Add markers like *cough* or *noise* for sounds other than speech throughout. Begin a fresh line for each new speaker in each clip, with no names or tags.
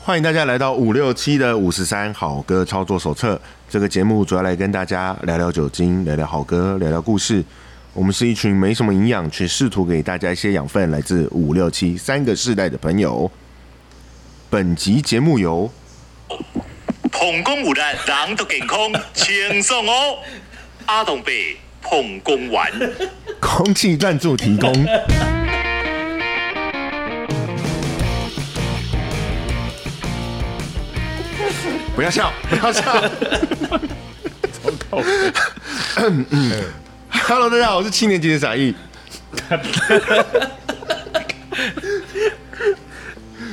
欢迎大家来到五六七的五十三好歌操作手册。这个节目主要来跟大家聊聊酒精，聊聊好歌，聊聊故事。我们是一群没什么营养，却试图给大家一些养分，来自五六七三个世代的朋友。本集节目由
膀胱有力，人就健康，轻松哦。阿东贝膀胱丸，
空气赞助提供。不要笑，不要笑。Hello，大家好，我是七年级的傻义。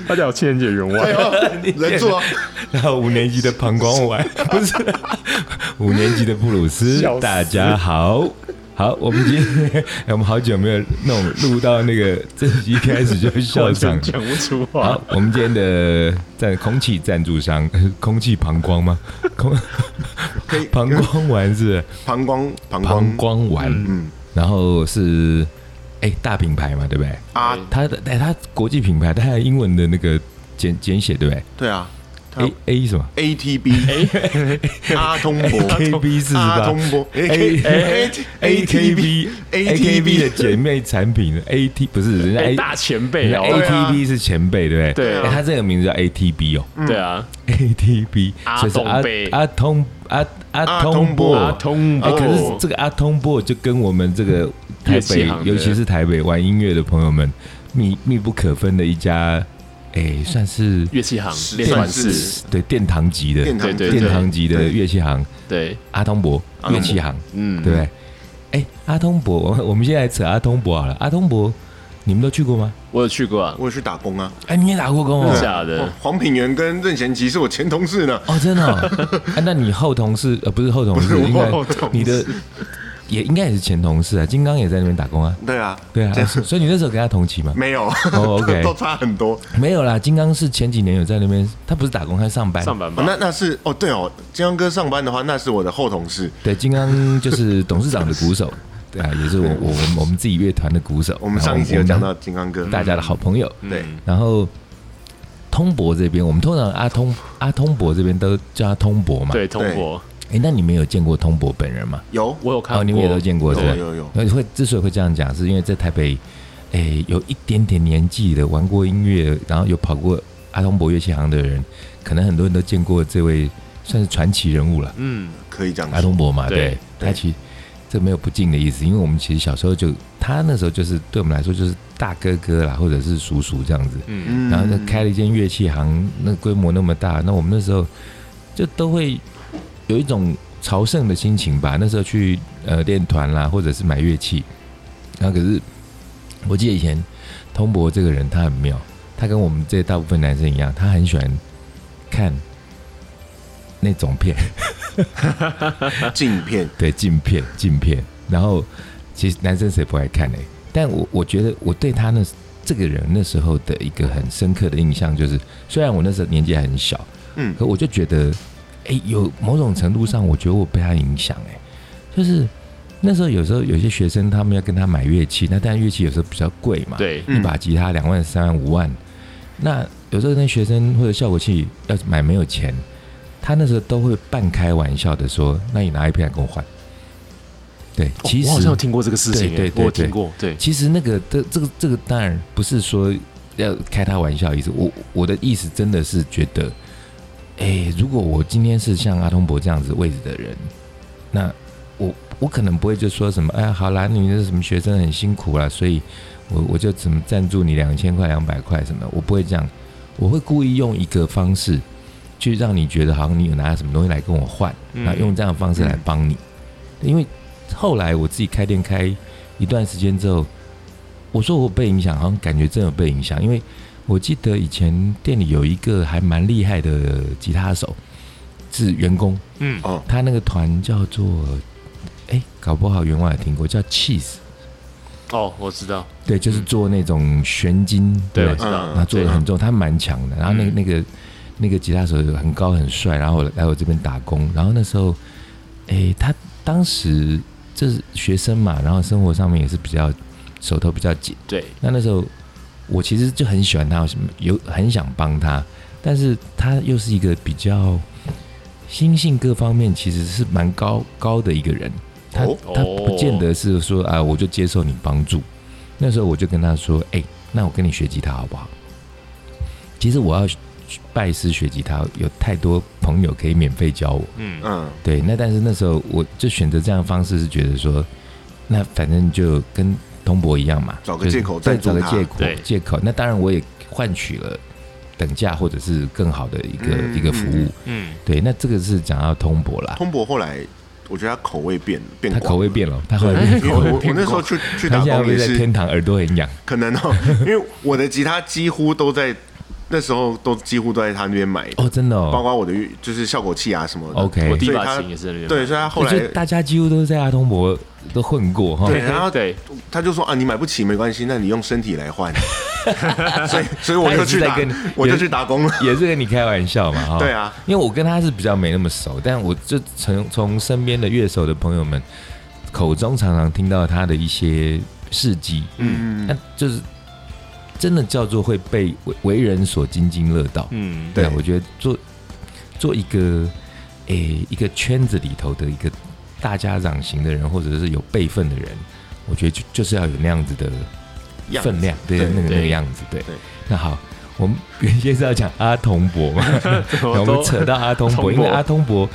他叫我七年级的员
哎
外，
*laughs* 呦，忍住哦！
然后五年级的膀胱丸不是五年级的布鲁斯
笑，死
大家好，好，我们今天、 *laughs* 哎我们好久没有那种录到那个正集一开始就笑
完 *laughs*
场
全讲
了。
不出话
好。，我们今天的赞空气赞助商， *laughs* 空气膀胱吗？空
可以
*laughs* 膀胱丸是不是
膀胱，膀
膀
胱，
胱丸，嗯，然后是哎、大品牌嘛，对不对？
啊，
它的哎、它国际品牌，它还有英文的那个简简写，对不对
对啊
？A A 什么？
，ATB，阿 *laughs* 通博
*laughs* 啊
AKB 四十
阿
八
通博
A AKB AKB 的姐妹产品 AT 不是人家
哎，
A
大前辈
人家
哦，
对啊
ATB 是前辈对不对？
对啊
哎他这个名字叫 ATB 哦 *laughs*
对啊，
，ATB
阿
所以是
东贝
阿阿通阿
阿
阿
通
通
波
波
阿通
哎，
波
可是这个阿通波就跟我们这个台
乐器
北
行，的
尤其是台北玩音乐的朋友们密密不可分的一家，哎，算是
乐器行
是
练团
算
室，
是
对殿堂级的
殿堂
对
殿堂级的
对
乐器行。
对，
阿通伯
通伯
乐器行，
嗯
嗯，对不对？哎，阿通伯， *laughs* 我们我们现在扯阿通伯好了。阿通伯，你们都去过吗？
我有去过啊，
我有去打工啊。
哎，你也打过工
真
哦
的？假
哦
的？
黄品源跟任贤齐是我前同事呢。
哦，真 *laughs* 的哦。哎，那你后同事呃，不是后同
不
事，
是
应
我后同事
该你的也应该也是前同事啊。金刚也在那边打工啊，
对啊，
对啊
这。
所以你那时候跟他同期吗？
没有
哦
*laughs*
，OK
都差很多。
没有啦，金刚是前几年有在那边，他不是打工，他是上班。
上班
哦
吧，
那那是哦，对哦，金刚哥上班的话，那是我的后同事。
对，金刚就是董事长的鼓手，对啊，也是我我我们我们自己乐团的鼓手。
我们
然后
上一集有
们
讲到金刚哥，嗯
嗯大家嗯的好朋友，
对
然后通博这边，我们通常阿通阿通博这边都叫他通博嘛。
对，通博，
诶，那你们有见过通博本人吗？
有
我有看过，
哦你们也都见过，对不对
有有有
那会之所以会这样讲，是因为在台北，诶，有一点点年纪的玩过音乐，然后有跑过阿通博乐器行的人，可能很多人都见过这位算是传奇人物了。
嗯，
可以这样
阿
说。
东伯嘛，
对
对，
对
他其实这没有不敬的意思，因为我们其实小时候就他那时候就是对我们来说就是大哥哥啦，或者是叔叔这样子，
嗯，
嗯
然后就开了一间乐器行，那规模那么大，那我们那时候就都会有一种朝圣的心情吧。那时候去呃练团啦，或者是买乐器，然后可是我记得以前通博这个人他很妙，他跟我们这大部分男生一样，他很喜欢看那种片。
镜片，
对，镜片，镜片。然后其实男生谁不爱看呢、但我我觉得我对他那这个人那时候的一个很深刻的印象就是，虽然我那时候年纪还很小，
嗯
可我就觉得，哎、有某种程度上，我觉得我被他影响，哎，就是那时候有时候有些学生他们要跟他买乐器，那当然乐器有时候比较贵嘛，
对，
嗯
一把吉他两万、三万、五万。那有时候那学生或者效果器要买没有钱，他那时候都会半开玩笑的说：“那你拿一片来跟我换。”对，
哦
其
我好
实、
像有听过这个事情，
对对
哎
对
我有
对
听过，对，
其实那个这这个这个当然不是说要开他玩笑的意思，我我的意思真的是觉得，哎、如果我今天是像阿通伯这样子位置的人，那我我可能不会就说什么，哎，好啦，你那什么学生很辛苦啦，所以我我就怎么赞助你两千块、两百块什么的，我不会这样，我会故意用一个方式去让你觉得好像你有拿什么东西来跟我换，
嗯
然后用这样的方式来帮你。因为后来我自己开店开一段时间之后，我说我被影响，好像感觉真有被影响，因为我记得以前店里有一个还蛮厉害的吉他手，是员工，
嗯，
哦，
他那个团叫做，哎、搞不好员外也听过，叫 Cheese，
哦，我知道，
对，就是做那种旋金，
嗯对，
不
我知道，
嗯
他做的很重，他蛮强的。然后那个
嗯
那个那个吉他手很高很帅，然后我来我这边打工，然后那时候，诶，他当时就是学生嘛，然后生活上面也是比较手头比较紧。
对，
那那时候我其实就很喜欢他，有很想帮他，但是他又是一个比较心性各方面其实是蛮高高的一个人，他、
哦
他不见得是说啊，我就接受你帮助。那时候我就跟他说，哎、那我跟你学吉他好不好？其实我要拜师学吉他，有太多朋友可以免费教我。
嗯，
嗯，
对，那但是那时候我就选择这样的方式，是觉得说，那反正就跟通博一样嘛，
找个
就是
借口
对
赞助
找个
他
借口
对
借口。那当然我也换取了等价或者是更好的一个、
嗯
一个服务
嗯。
嗯，
对，那这个是讲到通博啦，
通博后来我觉得他口味变变
他
广，
口味变了，他后来
因
变
为
口味
我嗯我
变
那时候
广，
去去
他
打
现在
工
会
也
在
是
天堂耳朵很痒。
可能
*laughs*
哦，因为我的吉他几乎都在那时候都几乎都在他那边买的
哦，真的
包
哦
括我的就是效果器啊什么的。
，OK，
我第一
所以
把
他
琴也是在那边买的，
对，所以他后来
就大家几乎都在阿通博都混过
*laughs*
哈。
对，然后
对，
他就说啊，你买不起没关系，那你用身体来
*laughs*
换。所以所以我
他也
就是去
在
打
跟，
我就
也
去打工了。
也是跟你开玩笑嘛，哈。
对啊，
因为我跟他是比较没那么熟，但我就从从身边的乐手的朋友们口中常常听到他的一些事迹，
嗯，
那就是真的叫做会被为为人所津津乐道。
嗯，
对
那我觉得做做一个诶、一个圈子里头的一个大家长型的人，或者是有辈分的人，我觉得就就是要有那样子的
样子
分量，对，
对
那个
对
那个样子，对
对。
那好，我们原先是要讲阿童博嘛，然后我们扯到阿通
通
博，
博
因为阿通博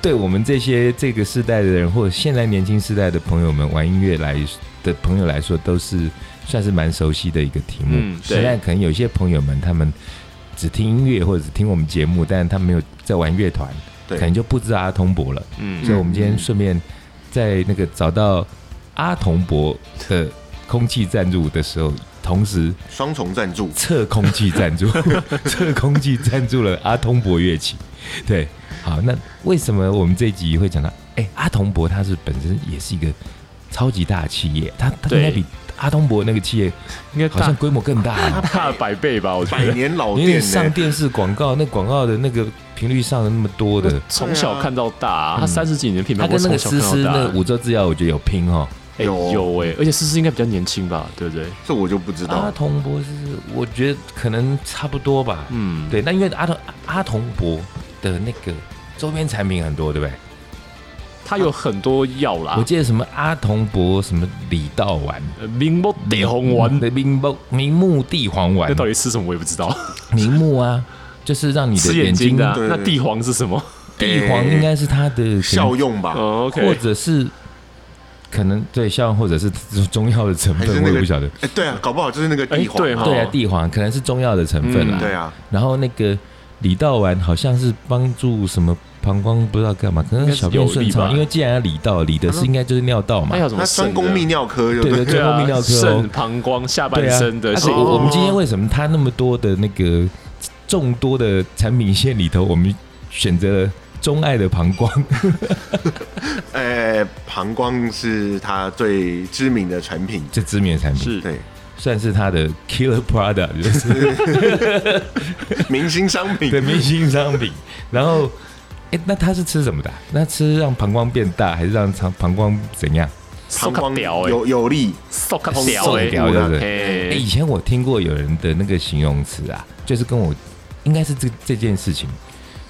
对我们这些这个世代的人，或者现在年轻世代的朋友们玩音乐来的朋友来说，都是算是蛮熟悉的一个题目。
嗯对
虽然可能有些朋友们他们只听音乐或者只听我们节目，但是他们没有在玩乐团，
对
可能就不知道阿通博了。
嗯，
所以我们今天顺便在那个找到阿童博的空气赞助的时候，同时
双重赞
*laughs*
助，
测空气赞助，测空气赞助了阿通博乐器。对，好，那为什么我们这一集会讲到？哎、阿童博他是本身也是一个超级大的企业，他他应
对
该比阿通博那个企业
应该
好像
大
规模更大、哦，
大百倍吧，我觉
百
得。
年老
因为
店
上
呢，
电视广告，那广告的那个频率上了那么多的。
从小看到大啊，
嗯
他三十几年的品牌，
他
我
跟
从
那个
小
思
看
思
到
那个
大。啊
五洲制药，我觉得有拼哦。
哎
有
有哎，而且思思应该比较年轻吧，对不对？
这我就不
啊
知
阿
道。
童博是，我觉得可能差不多吧。
嗯，
对，那因为阿童阿童博的那个周边产品很多，对不对？
他有很多药啦
我，记得什么阿童博什么李道丸，
呃明目得红丸，
对，明目明目地黄丸
那，到底吃什么我也不知道，
明目啊，就是让 *laughs* 你的
吃
眼
眼睛
睛
的啊。
对
那地黄是什么？
地黄应该是它的
效，用吧，
哦
可能或
，OK，
者是可能对效用，或者是中药的成
还
分，
是
我
那
也
个
不晓得。
哎，对啊，搞不好就是那个地
哎对
黄嘛。
哦
对啊，地黄可能是中药的成分
嗯
啦。
对啊，
然后那个李道丸好像是帮助什么膀胱不知道干嘛，可能小便
应该是
顺
有利
畅，
吧
因为既然要理道，理的是应该就是尿道嘛
那。有什么
他专
肾的？
攻泌尿科，就
对
对了。
对
对
对专攻泌
啊，
尿科哦
肾、膀胱、下半
对啊，
身的
而且
心
哦
我我们今天为什么它那么多的那个众多的产品线里头，我们选择了钟爱的膀胱？ *laughs*
呃，膀胱是他最知名的产品，
这知名的产品，
是
*laughs*
对，
算是它的 killer product，就是
明星商品
对。明星商
*laughs*
品。然后，哎，那它是吃什么的啊？那吃让膀胱变大，还是让肠膀胱怎样？
膀胱
屌哎，
有有力，
瘦卡屌
瘦
哎，
掉对不对？哎、
哎
以，前我听过有人的那个形容词啊，就是跟我应该是这这件事情，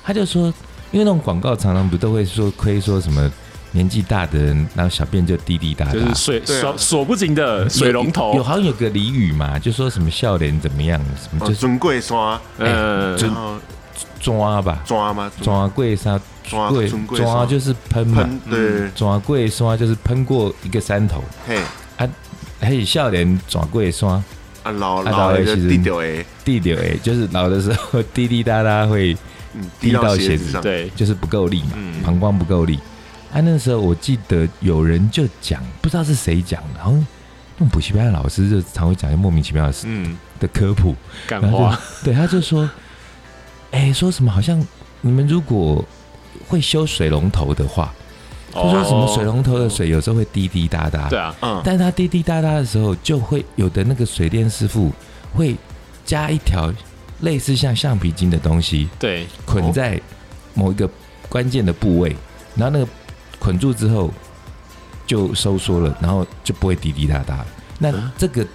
他就说，因为那种广告常常不都会说亏说什么年纪大的人，然后小便就滴滴答答，
就是水
对啊
锁锁不紧的水龙
有有
头，
好像有个俚语嘛，就说什么笑脸怎么样，什么
哦
就是
尊贵刷，
哎
嗯，
然
尊
后
抓吧，
抓吗？
抓贵啥
抓
贵
尊贵
抓
刷
就是喷嘛，
喷，对，
抓贵刷就是喷过一个山头，
嘿，
还有笑脸抓贵刷。
啊老
啊老
老的
的
就
其实
滴掉哎，
滴流哎，就是老的时候滴滴答答会
嗯，
滴
滴
到
到
鞋
鞋
子
子上，
对，
就是不够力嘛，
嗯
膀胱不够力。啊，那时候我记得有人就讲，不知道是谁讲的，好像那种补习班的老师就常会讲一些莫名其妙的事
嗯，
的科普，
干
然后
话
就，对他就说，哎、说什么好像你们如果会修水龙头的话，他
哦
说什么水龙头的水有时候会滴滴答答，
对啊，
嗯，
但是它滴滴答答的时候，就会有的那个水电师傅会加一条类似像橡皮筋的东西
对，
捆在某一个关键的部位，然后那个捆住之后就收缩了，然后就不会滴滴答答了。
嗯哦
那这个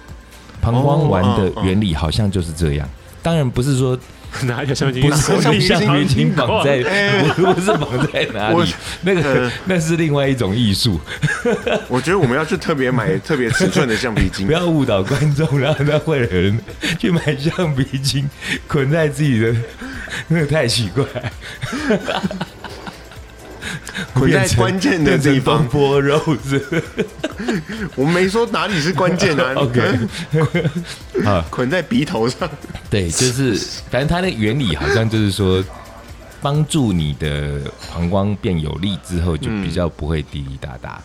膀胱丸的原理好像就是这样。当然不是说
*laughs* 拿一条橡皮筋
不是
我想
捆
被
一哦下
橡皮筋绑在，
哎
我不是绑在哪
我
里？那个
呃
那是另外一种艺术，
我觉得我们要去特别买特别尺寸的橡皮筋
*laughs* 不，要误导观众，然后他会有人去买橡皮筋 *laughs* 捆在自己的，那个太奇怪。
*laughs* 捆在关键的地方
*laughs* 变成东坡肉是
*laughs*
不是
我们没说哪里是关键
*laughs*
啊
OK 啊，
*laughs* 捆在鼻头上，
对，就是反正它那个原理好像就是说，帮助你的膀胱变有力之后，就
嗯
比较不会滴滴答答。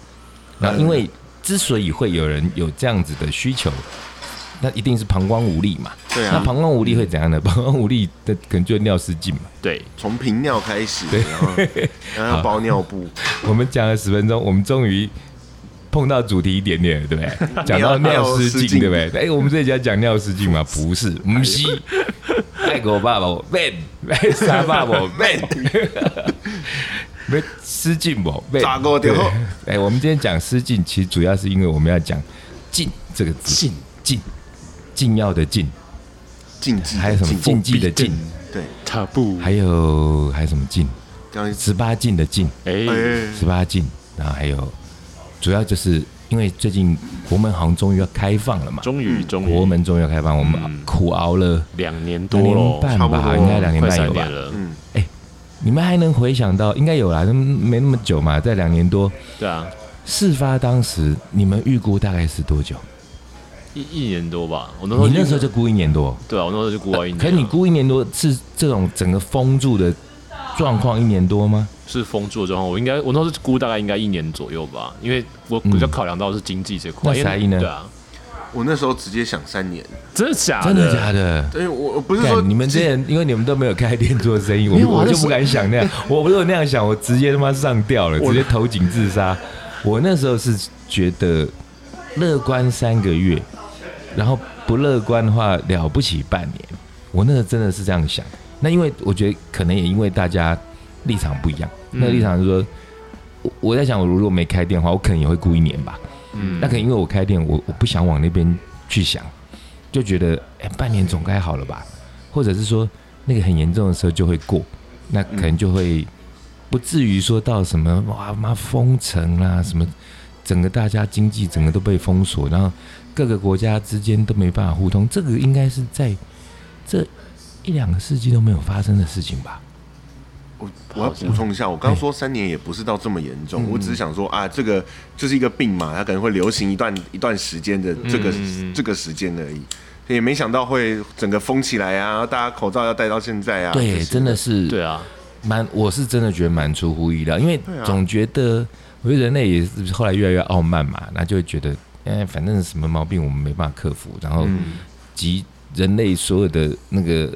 那、因为之所以会有人有这样子的需求，那一定是膀胱无力嘛。
对啊
那膀胱无力会怎样呢？膀 *laughs* 胱无力的可能就尿失禁嘛。
对，
从频尿开始，然
*laughs*
后然后要包尿布，
我们讲了十分钟，我们终于碰到主题一点点了，对不对？ *laughs* 讲到尿失禁，对不对？哎、我们这集要讲尿失 *laughs* 禁吗？不是，不是。 *laughs* 爱狗爸哎爸我 man，爱傻爸爸我 man，没失禁不 man。
咋个的
*laughs* 对哎、我们今天讲失禁，其实主要是因为我们要讲“禁”这个字，禁禁禁药的禁，
禁忌，
还有什么禁忌的禁，
对，
踏步，
还有还有什么禁？
刚刚
十八禁的禁。
哎，
哎，
十八禁，然后还有主要就是因为最近国门好像终于要开放了嘛，
终于终于，
国门终于要开放，我们苦熬了
两年
两
多
年
了，
半
差不多
吧，应该两年
快
半
三
有吧
年？了，
嗯，
你们还能回想到，应该有啦，那没那么久嘛，在两年多。
对啊，
事发当时，你们预估大概是多久？
一一年多吧，我那时候
你那时候就估一年多，
对啊，我那时候就估到一年了，
可是你估一年多是这种整个封住的状况一年多吗？
是封住的状况，我应该我那时候估大概应该一年左右吧，因为我
嗯
比较考量到是经济这块。因
那
为
才艺呢
对啊，
我那时候直接想三年，
真的假的？
真的假的？
因为我我不是说
干你们这些人，因为你们都没有开店做生意，我
没有啊
我就
那时
不敢想那样。我如果那样想，我直接他妈上吊了，直接投井自杀。我那时候是觉得乐观三个月，然后不乐观的话了不起半年。我那时候真的是这样想。那因为我觉得可能也因为大家立场不一样，那个立场是说，我我在想，我如果没开店的话，我可能也会顾一年吧。
嗯
那可能因为我开店，我我不想往那边去想，就觉得哎、半年总该好了吧，或者是说那个很严重的时候就会过，那可能就会不至于说到什么哇妈封城啦、什么，整个大家经济整个都被封锁，然后各个国家之间都没办法互通，这个应该是在这一两个世纪都没有发生的事情吧？
我我要补充一下，我刚说三年也不是到这么严重，我只是想说啊，这个就是一个病嘛，它可能会流行一段一段时间的这个、这个时间而已，也没想到会整个封起来啊，大家口罩要戴到现在啊，
对，
就是
真的是
对啊，
蛮，我是真的觉得蛮出乎意料，因为
对啊
总觉得，我觉得人类也是后来越来越傲慢嘛，那就会觉得，哎、反正什么毛病我们没办法克服，然后集人类所有的那个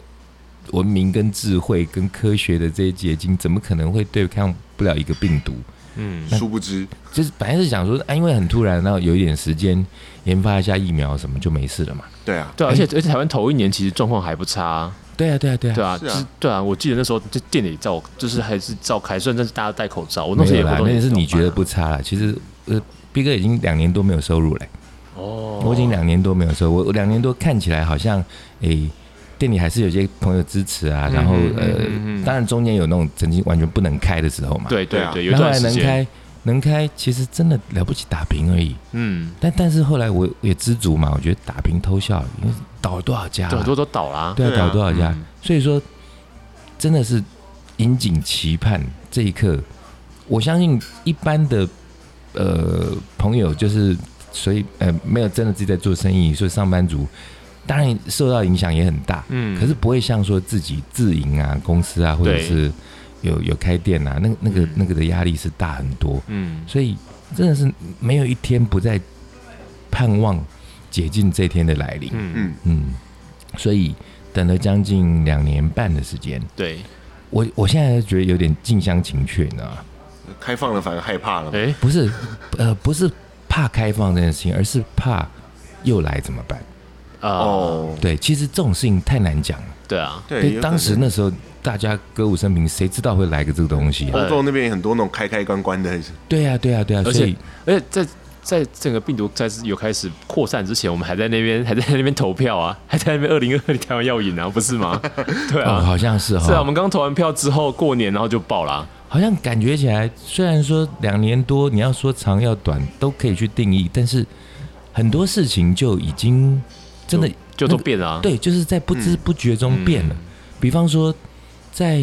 文明跟智慧跟科学的这些结晶，怎么可能会对抗不了一个病毒？
嗯，
殊不知，
就是本来是想说，啊，因为很突然，然后有一点时间研发一下疫苗什么就没事了嘛。
对啊，
哎
对啊，而且而且台湾头一年其实状况还不差，
对啊，对啊，对啊，
对啊，
是
就
啊
是对啊，我记得那时候就店里照，就是还是照开，虽然但是大家戴口罩，我那
没
时候
有
也活，
啦
动也
那是
没有
你觉得
办
不差啦。其实，呃，毕哥已经两年多没有收入了、
哦，
我已经两年多没有收，我我两年多看起来好像诶、店里还是有些朋友支持啊，然后
嗯
呃，当然中间有那种曾经完全不能开的时候嘛，，
对
对
对
啊
对，有一
那后
段
来
时
能
间，
开能开，其实真的了不起打平而已，
嗯，
但但是后来我也知足嘛，我觉得打平偷笑，因为倒了多少家、啊，
对，很多都倒啦，
对啊，
对啊
倒了多少家，
嗯
所以说真的是引颈期盼这一刻，我相信一般的呃朋友就是，所以呃没有真的自己在做生意，所以上班族当然受到影响也很大，
嗯
可是不会像说自己自营啊、公司啊，或者
对
是有有开店啊，那那个
嗯
那个的压力是大很多，
嗯，
所以真的是没有一天不在盼望解禁这天的来临，
嗯，
嗯，
嗯，所以等了将近两年半的时间，
对，
我我现在觉得有点近乡情怯，你知道吗？
开放了反而害怕了，
哎，
不是，呃，不是怕开放这件事情，而是怕又来怎么办？
啊，
哦，
对，其实这种事情太难讲了。
对啊，
对，
对，
有可能
当时那时候大家歌舞升平，谁知道会来个这个东西啊？
欧洲那边也很多那种开开关关的，
对呀、啊，对呀、啊，对呀、啊，
而
所以
且而且在在整个病毒开始有开始扩散之前，我们还在那边还在那边投票啊，还在那边二零二零台湾要赢啊，不是吗？ *laughs* 对
哦，
啊，
好像是哈、
是啊，我们刚投完票之后过年然后就爆啦、
好像感觉起来，虽然说两年多，你要说长要短都可以去定义，但是很多事情就已经真的
就都变了、啊
对，就是在不知不觉中变了。
嗯
比方说，在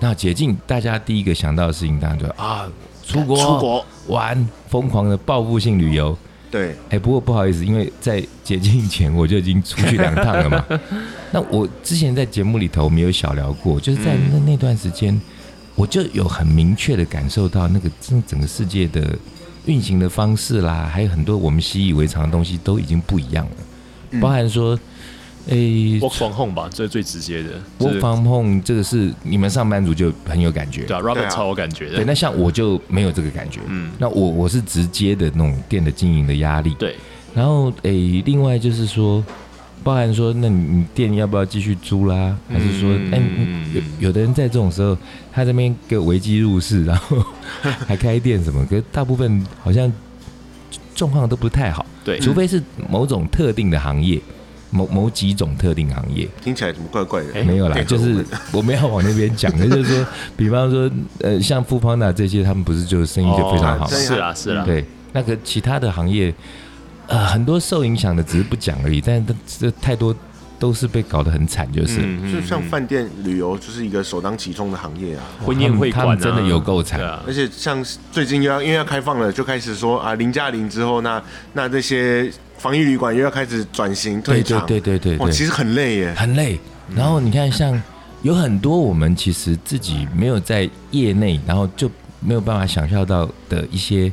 那解禁，大家第一个想到的事情，当然就啊，出国
出国
玩，疯狂的报复性旅游。
对，
哎、不过不好意思，因为在解禁前我就已经出去两趟了嘛。
*laughs*
那我之前在节目里头，我们有小聊过，就是在
嗯
那那段时间，我就有很明确的感受到那个整整个世界的运行的方式啦，还有很多我们习以为常的东西都已经不一样
嗯
了，包含说，哎、
，work from home 吧，这是最直接的。
我
就是
work from home 这个是你们上班族就很有感觉，
对啊
对
，Robert
啊
超有感觉的。
对那像我就没有这个感觉，
嗯，
那我我是直接的那种店的经营的压力，
对，
然后诶、另外就是说，包含说，那你你店要不要继续租啦？还是说，
嗯
哎、你有有的人在这种时候，他这边给我危机入市，然后还开店什么， *laughs* 可是大部分好像状况都不太好，
对
除非是某种特定的行业，某某几种特定行业。
听起来怎么怪怪的？
哎
没有啦，
对
就是我们要往那边讲的，就是说，比方说，呃，像富邦达这些，他们不是就生意就非常好
哦
吗
对啊
是啦是啦，
嗯对，那个其他的行业，呃，很多受影响的只是不讲而已，但这这太多都是被搞得很惨，就是、
嗯，
就像饭店旅游就是一个首当其冲的行业啊，
婚宴会
他
馆、
们
啊、
真的有够惨嗯
对啊
而，且像最近又要因为要开放了，就开始说啊零加零之后，那那这些防疫旅馆又要开始转型退
对对
场，
对对对
哇，其
对，
实很累耶，
很累。然后你看，像有很多我们其实自己没有在业内，然后就没有办法想象到的一些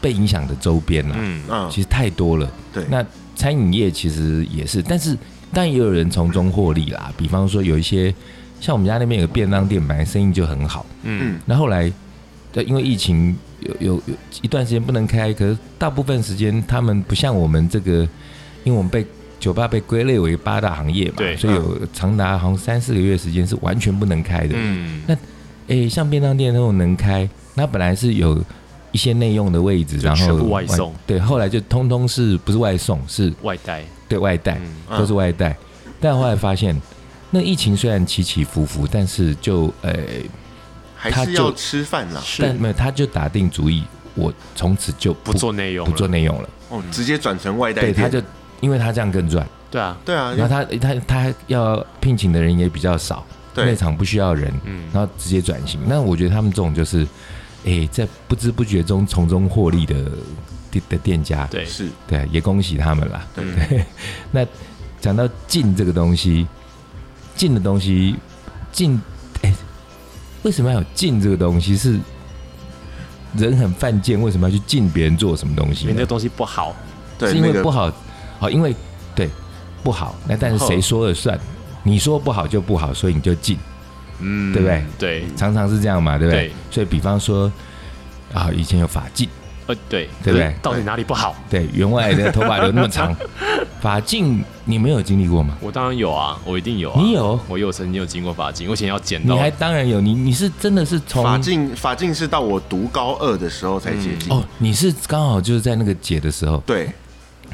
被影响的周边啊啦、
嗯，
嗯，
其实太多了。
对，
那餐饮业其实也是，但是但也有人从中获利啦。比方说有一些像我们家那边有个便当店，本来生意就很好，
嗯
那后来，对，因为疫情有有有一段时间不能开，可是大部分时间他们不像我们这个，因为我们被酒吧被归类为八大行业嘛，
对
所以有长达好像三四个月时间是完全不能开的。
嗯，
诶，像便当店那种能开，那本来是有一些内用的位置，然后
全部外送，
对，后来就通通是不是外送是
外带，
对外带，
嗯，
嗯
都是外带。但后来发现，那疫情虽然起起伏伏，但是就呃，
还
他
是
就
要吃饭啦，
但
是
没有他就打定主意，我从此就不
不做内容
不
了，
做内容了。
哦，直接转成外带
对，
店，
他就因为他这样更赚，
对啊，
对啊，
然后他他他要聘请的人也比较少，内
对，
场不需要人，
嗯
然后直接转型。那我觉得他们这种就是，哎，在不知不觉中从中获利的的的店家，
对，
是，
对，啊也恭喜他们啦。
嗯
那讲到进这个东西，进的东西，进，哎，为什么要有进这个东西？是人很犯贱，为什么要去进别人做什么东西
因为
呢
那？个东西不好，
对，
是因
那
为
个
不好，好、因为对不好，那但是谁说了算？你说不好就不好，所以你就禁，
嗯，
对不对？
对，
常常是这样嘛，对不对？
对
所以比方说啊，以前有法禁，
呃，对，
对不对
到底哪里不好？
对，员外的头发留那
*laughs*
么长，法禁你没有经历过吗？
我当然有啊，我一定有啊，
你有
我有曾经有经过法警，我以前要捡
你
到，
还当然有，你你是真的是从
法镜法镜是到我读高二的时候才解禁，
哦，你是刚好就是在那个解的时候，
对，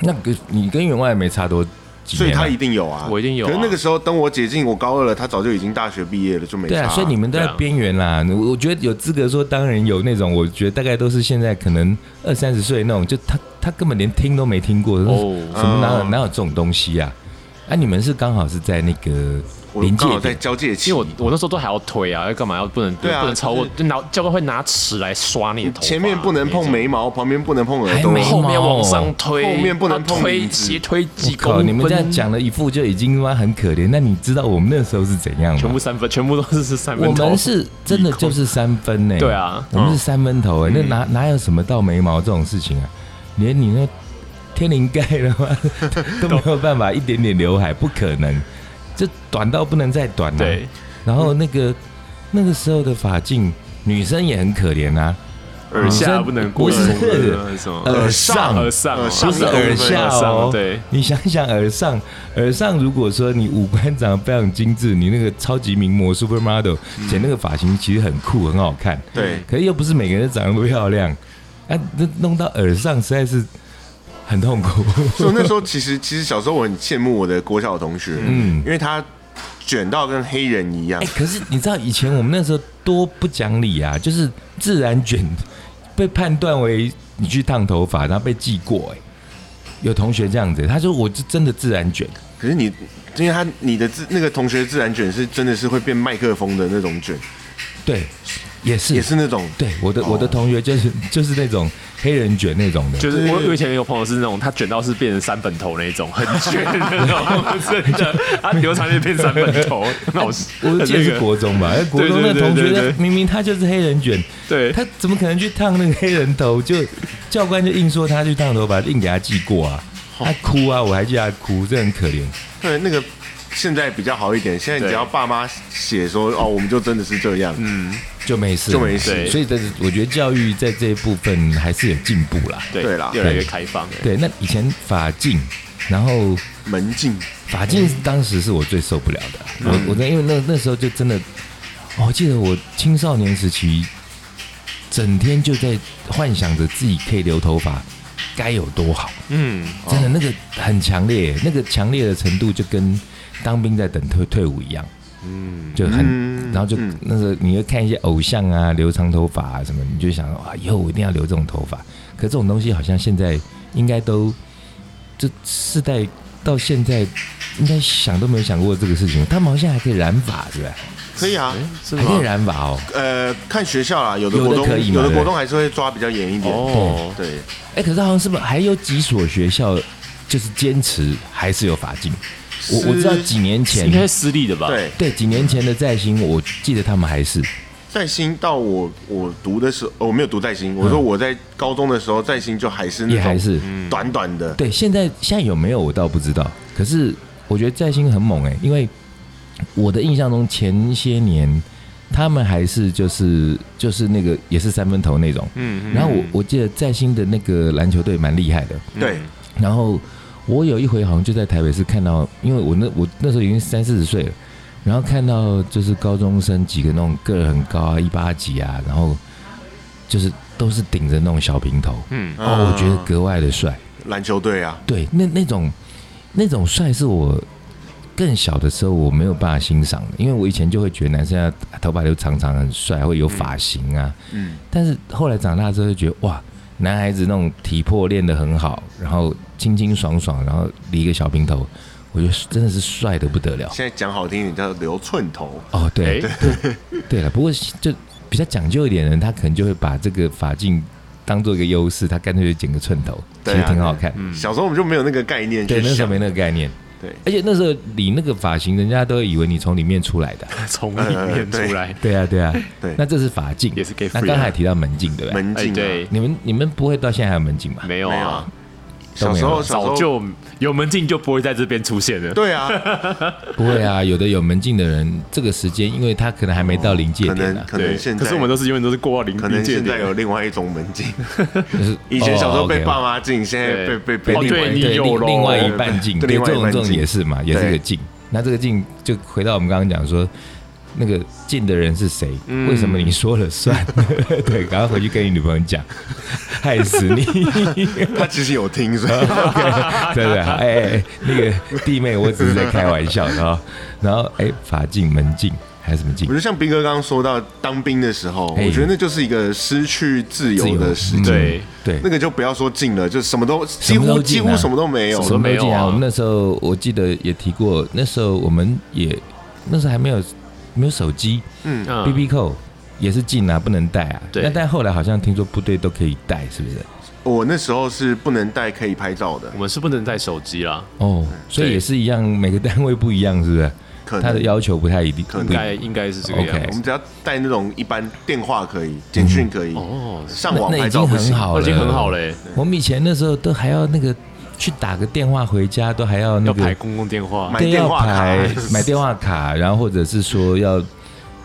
那个你跟员外没差多几
所以
年啊，
他一定有啊，
我一定有啊
可是那个时候等我解禁，我高二了，他早就已经大学毕业了，就没差
对
啊。
啊，所以你们都在
对啊
边缘啦。我我觉得有资格说，当然有那种，我觉得大概都是现在可能二三十岁那种，就他他根本连听都没听过，
哦
什么哪有
嗯
哪有这种东西啊？啊，你们是刚好是在那个
我
临界
刚好在
点，
交界期，
因为我我那时候都还要推啊，要干嘛要不能
对啊
不能超过
就，
就拿教官会拿尺来刷你的头发，
前面不能碰眉毛，旁边不能碰耳朵
还，没
后面要往上推，
后面不能碰
要推
椅子
斜推几公
靠，
分，
你们这样讲了一副就已经妈很可怜。那你知道我们那时候是怎样吗？
全部三分，全部都是三
我
分头。
们是真的就是三分呢、
对啊嗯
我们是三分头哎、那哪哪有什么到眉毛这种事情啊？连你那天灵盖的
*laughs*
话都没有办法，一点点刘海不可能，这短到不能再短了、
*laughs* 对，
然后那个那个时候的发镜，女生也很可怜啊，
耳下不能过呃
不是
什么
耳上
嗯耳上哦
耳
不
上
是耳下
耳
哦
上。啊对，
你想想耳上，耳上如果说你五官长得非常精致，你那个超级名模 supermodel 剪那个发型其实很酷，很好看。
嗯对
可是又不是每个人都长得那么漂亮，啊，那弄到耳上实在是很痛苦。
*laughs* 所以那时候其实其实小时候我很羡慕我的国小同学，嗯，因为他卷到跟黑人一样
*laughs* 哎、，可是你知道以前我们那时候多不讲理啊，就是自然卷被判断为你去烫头发，然后被记过、哎，有同学这样子，他说我是真的自然卷，
可是你因为他你的自那个同学自然卷是真的是会变麦克风的那种卷，
对，也是
也是那种
对，我
哦
的、我的同学就是 *laughs* 就是那种黑人卷那种的，
就是我我以前有朋友是那种他卷到是变成三本头那一种，很卷的那
*laughs*
种，真的，他留长就变三本头，那我
我记得是国
*laughs*
中吧，哎国中那
对对对
同学
对对
他明明他就是黑人卷，
对
他怎么可能去烫那个黑人头？就教官就硬说他去烫头发，硬给他记过啊，他哭啊，我还记得他哭，这很可怜。
对，呃那个现在比较好一点。现在只要爸妈写说哦，我们就真的是这样，嗯，
就没事，
就没事
对
所以，但是我觉得教育在这一部分还是有进步啦。
对
对啦
越来越开放了。
对，那以前法镜，然后
门禁
法镜当时是我最受不了的。我我那因为那那时候就真的，哦我记得我青少年时期，整天就在幻想着自己可以留头发该有多好。
嗯，
真的那个很强烈，那个强烈的程度就跟当兵在等退退伍一样，嗯，就很，
嗯
然后就、
嗯
那个你会看一些偶像啊，留长头发啊什么，你就想哇，以后我一定要留这种头发。可这种东西好像现在应该都，这世代到现在应该想都没有想过这个事情。他们好像还可以染发，是吧？
可以啊，
是
还可以染发哦。
呃，看学校啦，有的
有的
国中
可以嘛
有的
对
国中还是会抓比较严一点。
哦，
对，
哎、可是好像是不是还有几所学校就是坚持还是有发禁？我我知道
是
几年前
应该是私立的吧？，
对，
对，几年前的在新，我记得他们还是
在新到我我读的时候，哦我没有读在新，我说我在高中的时候，在新就还是那
嗯也
种嗯
还是
短短的，
对。现在现在有没有我倒不知道，可是我觉得在新很猛哎、因为我的印象中前些年他们还是就是就是那个也是三分头那种，
嗯，
然后我我记得在新的那个篮球队蛮厉害的，
对，
然后我有一回好像就在台北市看到，因为我那我那时候已经三四十岁了，然后看到就是高中生几个那种个儿很高啊，一八几啊，然后就是都是顶着那种小平头，
嗯
啊
哦，我觉得格外的帅。
篮球队啊，
对，那那种那种帅是我更小的时候我没有办法欣赏的，因为我以前就会觉得男生要头发留长长很帅，会有发型啊。
嗯，
但是后来长大之后就觉得哇，男孩子那种体魄练得很好，然后清清爽爽，然后理一个小平头，我觉得真的是帅得不得了。
现在讲好听一点叫留寸头，
哦，对
哎
对对了，不过就比较讲究一点的人，他可能就会把这个发镜当做一个优势，他干脆就剪个寸头，其
对
实
啊
挺好看。
小时候我们就没有那个概念
嗯对，
去
那时候
想
没，那个概念。
对，
而且那时候理那个发型，人家都会以为你从里面出来的。
*laughs* 从里面出来，
对啊，对啊，
对
那这是发镜，
也是 gay
那
free
刚才
啊
提到门禁，对不对？
门
哎，
禁啊，
对，
你们你们不会到现在还有门禁吧？
没有
没有
啊
啊，，小时候小时
早
候
就有门禁就不会在这边出现了。
对啊，
不会 *laughs* 啊，有的有门禁的人，这个时间，因为他可能还没到临界
可
点
能
啊，
可
对，
能现在
可是我们都是永远都是过到临
可
临
能
界
现在
点。
有另外一种门禁，
就是
以前小时候被爸
哦
妈禁，现在被
对
被
，OK，
被
被
另外
哦对
另外
一
你
对
有
另
咯
另外一半禁，
对
对
另外
这
一
种
半
这种
禁
也是嘛，也是
对
个禁。那这个禁就回到我们刚刚讲说，那个禁的人是谁？
嗯
为什么你说了
*laughs*
算？对，赶快回去跟你女朋友讲，害死
*laughs*
你！
他其实有听，所以
对对，哎哎，哎那个弟妹，我只是在开玩笑的哦。然后哎，法镜、门镜还是什么镜
我觉？得像斌哥刚刚说到当兵的时候，
哎
我觉得那就是一个失去自
自
由
由
的时间，
嗯
对
对
那，个就不要说禁了，就什么都
什
几
么
乎
都
几
禁啊
乎什么都没有
什
了。
么都禁
没有
啊。
啊
我们那时候我记得也提过，那时候我们也那时候还没有没有手机
嗯，
嗯
，B B 扣也是禁啊，不能带啊。
对
那但后来好像听说部队都可以带，是不是？
我那时候是不能带可以拍照的
我，们是不能带手机啦，
哦，所以
对
也是一样，每个单位不一样，是不是？
可
他的
能
要求不太一定，
可能
不
应
一
该应该是这个样
嗯 OK
我
子。
们只要带那种一般电话可以，简讯可以，
哦，
上网
嗯那那
拍
已经
照不
很
行。
好了，
已经很好了欸，
我们以前那时候都还要那个去打个电话回家，都还要那
要
个
排公共电话
买，
对
电
要
话卡
排买电话卡，然后或者是说要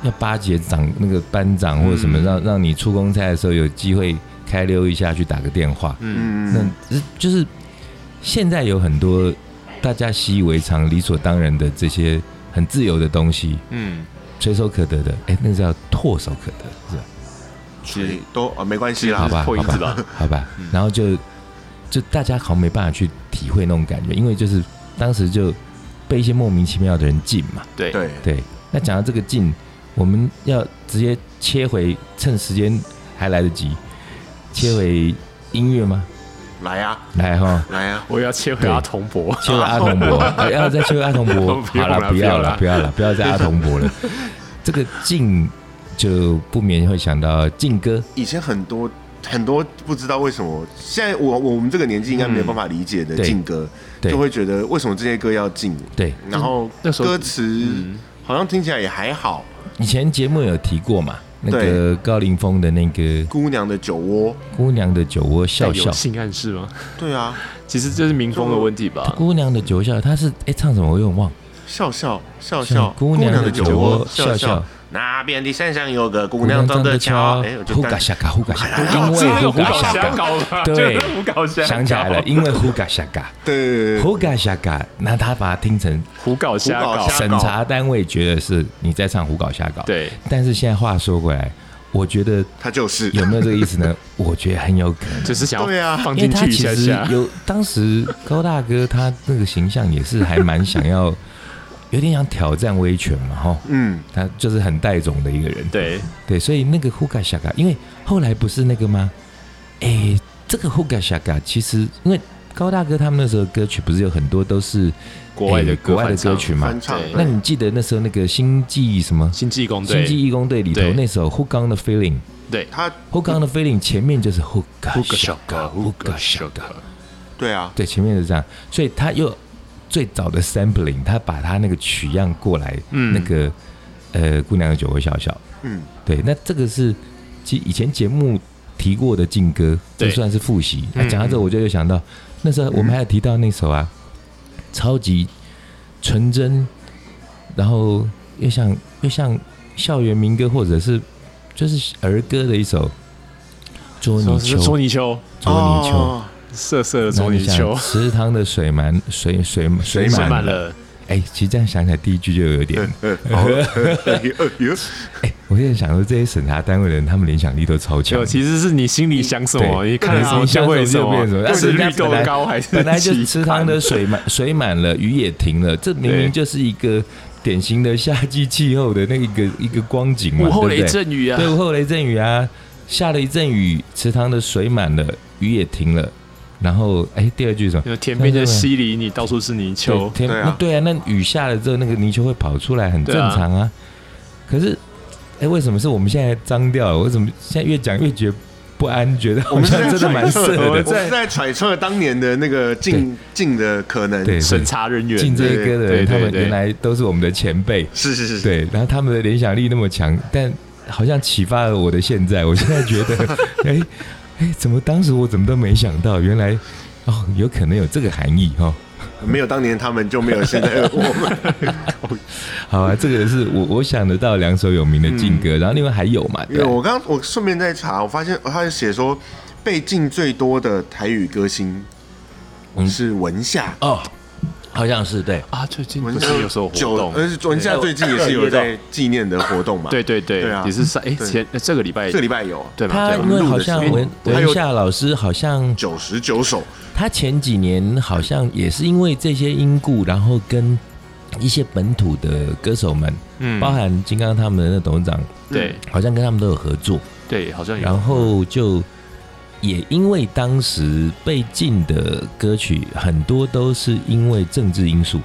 要巴结长那个班长或者什么，
嗯
让让你出公差的时候有机会开溜一下去打个电话。
嗯，
那就是现在有很多大家习以为常、理所当然的这些很自由的东西，
嗯，
垂手可得的，哎、那叫唾手可得，是吧？
所以都啊没关系啦
好，吧，
破
好
音字
吧
吧，
*laughs* 好吧，然后就就大家好像没办法去体会那种感觉，因为就是当时就被一些莫名其妙的人禁嘛。
对
对
对，那讲到这个禁，我们要直接切回，趁时间还来得及，切回音乐吗？
来啊
来哈，
来啊，
我要切回
对
阿童博，
切回阿童博， *laughs* 哎要再切回阿童博，
不用
好
了
了，不要了，
不
不要了，不要再阿童博了。这个禁就不免会想到禁歌，
以前很多很多不知道为什么，现在我我们这个年纪应该没有办法理解的
嗯对
禁歌，
对
就会觉得为什么这些歌要禁，
对，
然后
那时候
歌词
嗯
好像听起来也还好，
以前节目有提过嘛，那个高凌风的那个
姑娘的酒窝，
姑娘的酒窝笑
带有
笑，
性暗示吗？ *laughs*
对啊，
其实这是民风的问题吧。
姑娘的酒窝笑，他是哎唱什么我有点忘，
笑笑笑
像
笑，
姑娘的酒窝笑笑
笑。那边的山上有个姑娘长得巧，哎，我就哎
呼嘎
单
下嘎呼嘎下嘎，因
是
为
那个
呼嘎
搞
下嘎，
搞吧？
对
*laughs* 就是胡搞瞎搞
想起来
*laughs*
了，因为呼嘎下嘎，
对
呼嘎下嘎，那他把它听成
胡搞瞎
胡搞
搞
瞎，
审查单位觉得是你在唱胡搞瞎搞，。
对，
但是现在话说回来，我觉得
他就是
有没有这个意思
*laughs*
呢？我觉得很有可能。
就是想
对啊
要放
因为
进
他
去一啊
其
下
实
下。
有当时高大哥他那个形象也是还蛮想要，有点想挑战威权嘛哈。
嗯，
他就是很带种的一个人，
对，
对，所以那个呼嘎夏嘎，因为后来不是那个吗？哎，这个呼嘎夏嘎其实因为高大哥他们那时候歌曲不是有很多都是
国外的
哎国外的
翻唱
歌曲嘛
翻？唱
对
那你记得那时候那个星际什么
星际工
星
队，
际义工队里头
对
那首《呼刚的 Feeling》，
对，
他
《呼刚的 Feeling》前面就是啊呼嘎
胡搞
夏
瞎
嘎，
搞，
呼
胡搞
嘎
瞎
夏嘎
搞。，
对啊，
对，前面是这样，所以他又最早的 sampling，他把他那个取样过来，
嗯
那个呃姑娘的酒会笑笑，
嗯，
对，那这个是其实以前节目提过的劲歌，这
对
算是复习。那
嗯
讲、到这，我就又想到、那时候我们还有提到那首啊，超级纯真，然后又像又像校园民歌或者是就是儿歌的一首捉泥
说是
鳅，
捉
捉
泥鳅，
泥鳅。 *laughs*
哦
色色的
那
捉
你
泥
想
鳅，
池塘的水满水水水
水
满
满
了。
了，
哎、其实这样想起来，第一句就有点。哎
呃好哎呦
我现在想说，这些审查单位的人，他们联想力都超强
就。其实是你心里想什么，
对
你看了
对
什么就会什
就变什么
么，
但
是
人家
绿豆
本来
糕还是
本来就
鸡
池塘的水满水满了，雨也停了，这明
对
明就是一个典型的夏季气候的那一个一个光景嘛，
午后
对
雷
不对？
阵雨啊，
对，午后雷阵雨啊，下了一阵雨，池塘的水满了，雨也停了，然后哎，第二句是什么？
有田边的稀泥，你到处是泥
对，
鳅，
天，
对啊
那对啊，那雨下了之后，那个泥鳅会跑出来，很正
对啊
常啊。可是，哎、为什么是我们现在脏掉了？我怎么现在越讲越觉得不安，觉得
我
好
们
像
是
真的
在
蛮
揣
色
测，我
的
们。是在揣测当年的那个进进的可能，
对，
审查人员
进这些歌的人，
对对
他们
对
原来都是我们的前辈，
是是是，是，
对，然后他们的联想力那么强，但好像启发了我的现在。我现在觉得，
*laughs*
哎、哎、怎么当时我怎么都没想到，原来哦，有可能有这个含义哦。
没有当年他们就没有现
*laughs*
在的我们，
好啊，这个是我我想得到两首有名的劲歌，然后另外还有嘛，
嗯因
对
为
啊
我刚我顺便在查，我发现他写说被禁最多的台语歌星
嗯
是文夏。
哦，好像是对，
啊，最近
文
不
夏
是有时候活
九，呃
动，
而且文夏最近也
*laughs*
是有在纪念的活动嘛，
对对
对
对
啊，
也是上哎
对
前呃这个礼拜
这个礼拜有
对吧？
他
对吧
因为好像文
他有
文夏老师好像
九十九首，
他前几年好像也是因为这些因故，然后跟一些本土的歌手们，
嗯
包含金刚他们的那董事长，
对
好像跟他们都有合作，
对，好像有
然后就。也因为当时被禁的歌曲很多都是因为政治因素，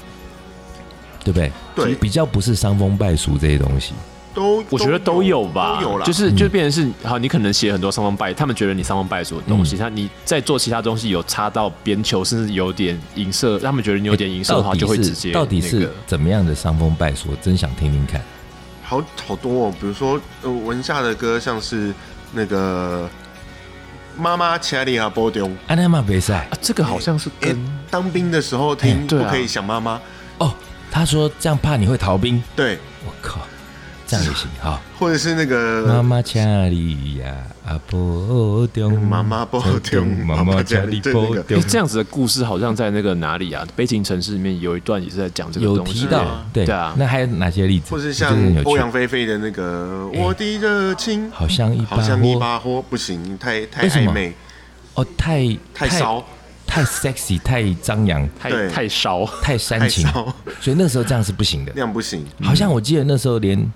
对不对？
对
比较不是伤风败俗这些东西。
都
我觉得都有吧，
都有啦，
就是
嗯
就变成是好，你可能写很多伤风败，他们觉得你伤风败俗的东
嗯
西，他你在做其他东西有插到边球，甚至有点影射，他们觉得你有点影射的话，
哎到底
就会
是
直接
到底
那
是
个
怎么样的伤风败俗？我真想听听看。
好好多哦，比如说呃文夏的歌，像是那个《妈妈千里啊波丢》，
安娜玛比赛
啊，这个好像是
哎
跟，
当兵的时候听
对
不
啊
可以想妈妈，
哦，他说这样怕你会逃兵。
对，
我靠，这样也行。
*laughs*
好，
或者是那
呃
个
妈妈家里呀，阿婆中，
妈妈保重
妈妈家
妈
里
妈家里
保
对
重
诶，这样子的故事好像在那个哪里啊？《悲情城市》里面有一段也是在讲这个
有
东西
提到
啊，
对
对啊
那还有哪些例子？
或是
我
像
觉得很有趣哎
欧阳菲菲的那个《我的热情》，
好像一把
好像一
火
把火，不行，太太
为什么
暧昧，
哦，太
太骚，
太 sexy，太张扬，
太
对
太烧，
太煽情
太骚，
所以那时候这样是不行的
那。样不行。
好像我记得那时候连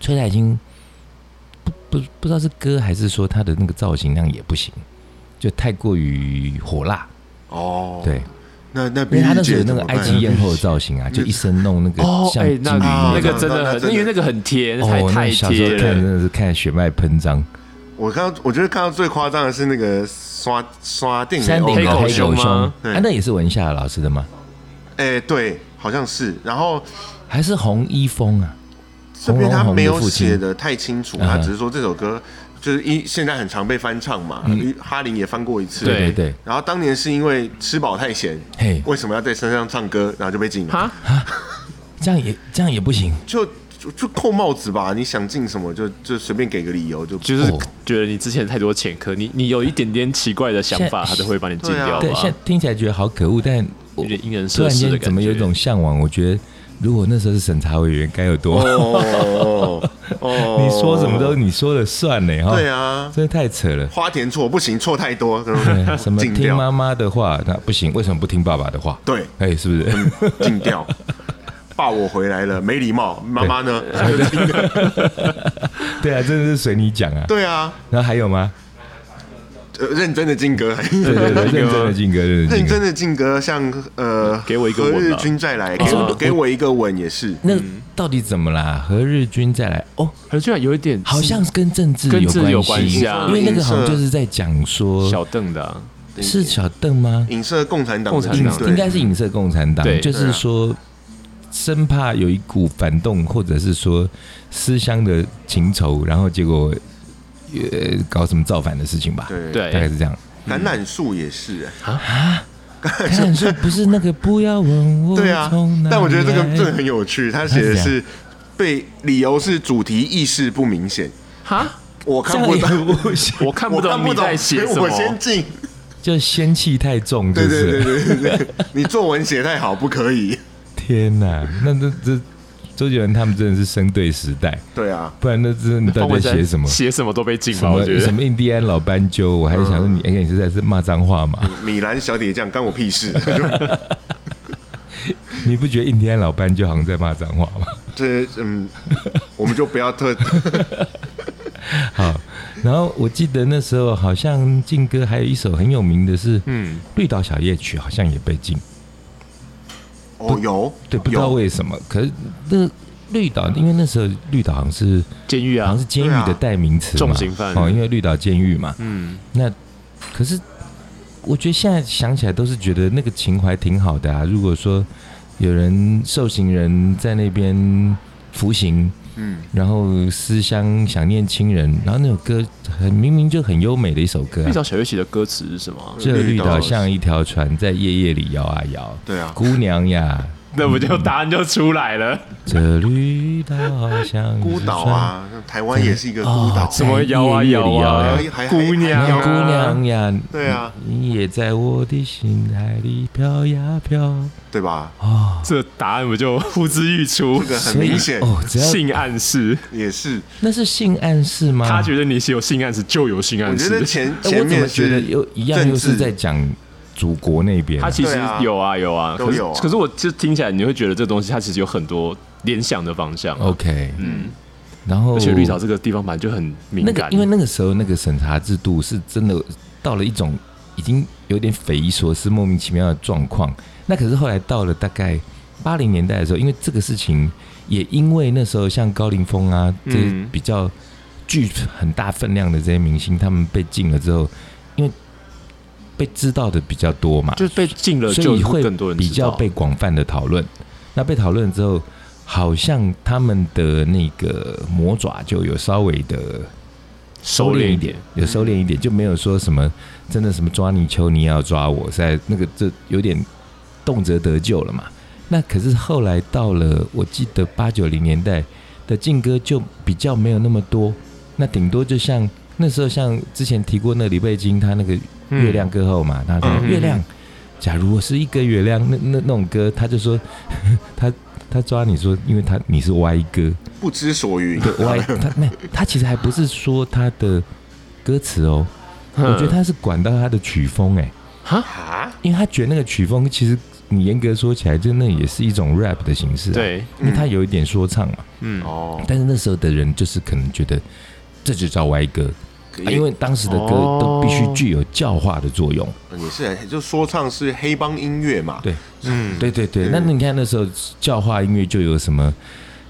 崔太已经不不不知道是歌还是说她的那个造型那样也不行，就太过于火辣。
哦，
对，，
那那
因为
碧
她
玉
那时候
姐
有那
怎
个
么
埃
办
及艳后的造型啊，就一身弄那个
哦，
像
哎、
金鱼一
那
样。
那个真
那
的
那
很，
真的
因为那个很贴，那太
哦，那
太
小时候
贴
看真
了。
的是看血脉喷张，
我看到，我觉得看到最夸张的是那个刷刷电
山
影
顶
黑
的
狗
黑
熊
狗
吗
熊，啊，
对
那也是文夏老师的吗？
哎，对，好像是。然后
还是红一峰啊？
这边他没有写
红
的太清楚，
嗯
他只是说这首歌就是一现在很常被翻唱嘛，哈林也翻过一次。
对
嗯对对，
然后当年是因为吃饱太闲
嘿，
为什么要在山上唱歌，然后就被禁了。
哈，
这样也这样也不行。
就就就扣帽子吧，你想进什么就就随便给个理由就。
就是
哦
觉得你之前太多前科，你你有一点点奇怪的想法，
现
他都会把你禁
对啊
掉
对，
吧
现在？听起来觉得好可恶，但我
有点因人
突
设
然
事的
间
感觉。
怎么有一种向往？我觉得如果那时候是审查委员，该有多……
哦哦
*laughs* 你说什么都你说了算呢哈。
对，啊，
真的太扯了。
花田错不行，错太多， *laughs*
对，什么
禁
听
掉，
妈妈的话，那不行，为什么不听爸爸的话？
对，嗯
哎，是不是？
禁掉。爸，我回来了，没礼貌。妈妈呢？
*laughs*
*laughs*
对啊，真的是随你讲啊。
对啊，
然后还有吗？
呃认真的禁歌，
对 *laughs* 对对，认真的进哥，认
认真
真的进哥。
的禁歌，像呃，
给我一个吻啊
何日君再来，给我给我一个吻也是。
那到底怎么啦？何日君再来？哦，
而居然有一点
好像是跟政治
跟政治
有
有关系啊
因为那个好像就是在讲说，
小邓的啊、
是小邓吗？
影射共产党
共
的
产
禁
党
歌，
应该是影射共产党
啊对，啊
就是说生怕有一股反动，或者是说思乡的情仇，然后结果呃搞什么造反的事情吧，
对
对
大概是这样。
*laughs* 橄榄树也是哎
橄榄树不是那个不要问我
对啊
从哪，
但我觉得这
来
个这个很有趣，他写的是被理由是主题意识不明显，
哈，
我看不
这样
懂，
也不行，
我看
*laughs*
不
我
懂
看
你
不懂
在，写什
所以
么
我。先进。
就仙气太重，
对
就是
对对对对对，你作文写太好不可以。
天哪，那这这周杰伦他们真的是生对时代，
对啊，
不然那真的到
方
底
文
在
山
写什么？
*laughs*
写什么都被禁
什
吧，我
么
觉得
什么印第安老斑鸠，我还想说你，哎、你是在是骂脏话吗？
米兰小铁匠干我屁
*laughs*
事，
你不觉得印第安老班就好像在骂脏话吗？
这嗯，我们就不要特
好， *laughs* 然后我记得那时候好像禁歌还有一首很有名的是，嗯，《绿岛小夜曲》好像也被禁，
哦有
对，不知道
有
为什么。可是那绿岛，因为那时候绿岛好像是
监狱
好像
啊
是，监狱
对啊
的代名词嘛，
重刑犯
哦，因为绿岛监狱嘛。
嗯，
那可是我觉得现在想起来都是觉得那个情怀挺好的啊。如果说有人受刑人在那边服刑，
嗯
然后思乡想念亲人，然后那首歌很明明就很优美的一首歌、
《绿
啊
岛。小夜曲》的歌词是什么啊？
嗯
这绿岛像一条船，在夜夜里摇啊摇。
对啊
姑娘呀，
那不就答案就出来了？
这绿岛像一
孤
只
岛
船，
啊，台湾也是一个孤岛
哦，
什么摇啊
在夜夜里
摇啊
还还，
姑娘
然
还
后
还
姑娘呀，
对啊，
你也在我的心海里飘呀飘。
对吧？
哦，
这答案不就呼之欲出
这？个很明
所以
显
哦，只要
性暗示，
也是，
那是性暗示吗？
他觉得你是有性暗示就有性
我
暗
觉得
示。
前
哎
前
我怎么
面
觉得
是
又一样，
政
又是
治
在讲祖国那边
*laughs*
啊。
他其实
对啊
有啊有啊，
都
可是
有啊
可是我就听起来你会觉得这东西它其实有很多联想的方向。
OK，
嗯，
然后
而且绿岛这个地方本来就很敏
那个
感，，
因为那个时候那个审查制度是真的到了一种已经有点匪夷所思、莫名其妙的状况。那可是后来到了大概八零年代的时候，因为这个事情，也因为那时候像高凌风啊，这些
嗯
比较具很大分量的这些明星，他们被禁了之后，因为被知道的比较多嘛，
就是被禁了，
所
就
以会
更多人
比
知
较
道
被广泛的讨论。那被讨论之后，好像他们的那个魔爪就有稍微的
收
敛
敛
一
一
点
点，
有收敛一点，就没有说什么真的什么抓泥鳅你也要抓我，在那个这有点动辄得咎了嘛。那可是后来到了，我记得八九零年代，的劲歌就比较没有那么多，那顶多就像那时候像之前提过那个李贝金他那个
嗯
月亮歌后嘛，他说、
嗯嗯
月亮，假如我是一个月亮，那那那种歌，他就说 *laughs* 他他抓你说，因为他你是歪歌，
不知所云。
对
*laughs*
歪，他没有他其实还不是说他的歌词哦，
嗯
我觉得他是管到他的曲风哎、
啊，
因为他觉得那个曲风其实你严格说起来，真的也是一种 rap 的形式、，啊
对，
因为他有一点说唱嘛，
嗯，
哦，
但是那时候的人就是可能觉得这就叫歪歌。啊因为当时的歌
哦
都必须具有教化的作用。
也是，就说唱是黑帮音乐嘛。
对
嗯，
对对对，
嗯
那你看那时候教化音乐就有什么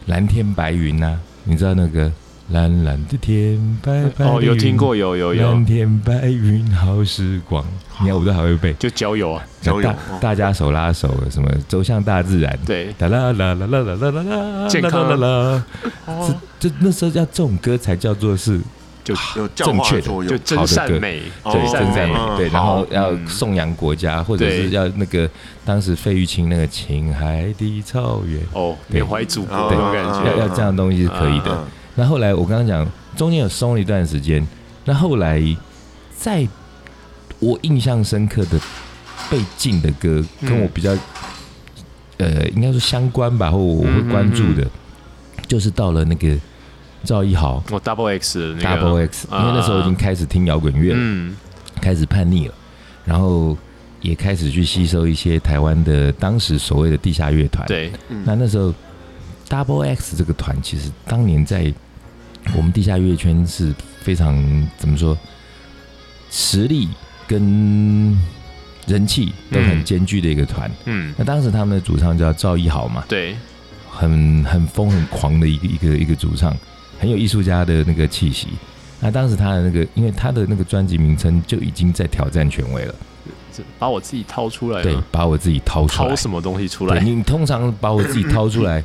蓝天白云呐、你知道那个蓝蓝的天白白的
哦，有
云
听过，有有有
蓝，天白云好时光，你看我都还会背。
就交友啊，
都有
大
哦
大家手拉手，什么走向大自然，
对，
哒啦啦啦啦啦啦啦啦，
健康
啦啦啦啦，这这那时候要这种歌才叫做是
就
啊
有教化的作
就
用。
真善美，
好的
对，
歌
真
善
善美
哦，
对，
嗯
然后
好
要
嗯
颂扬国家，或者
对
是要那个当时费玉清那个“青海的草原
哦，缅怀祖国
对
那种感”，
哦
要
觉，
要这样的东西是可以的
嗯。
那后来我刚刚讲，中间有松了一段时间，那后来在我印象深刻的被禁的歌，跟
嗯
我比较呃，应该说相关吧，或我会关注的，就是到了那个赵一豪
我哦 Double X 的那个
Double X，因为那时候我已经开始听摇滚乐了。
哎啊嗯，
开始叛逆了，然后也开始去吸收一些台湾的当时所谓的地下乐团。，
对，
那那时候 Double X 这个团其实当年在我们地下乐圈是非常怎么说，实力跟人气都很兼具的一个团。
嗯，
那当时他们的主唱叫赵一豪嘛，
对，
很很疯很狂的一个一个一个主唱，很有艺术家的那个气息。那当时他的那个，因为他的那个专辑名称就已经在挑战权威了，
这把我自己掏出来，
对，，把我自己掏出来
掏。什么东西出
对，
来？
你通常把我自己掏
*laughs*
出来，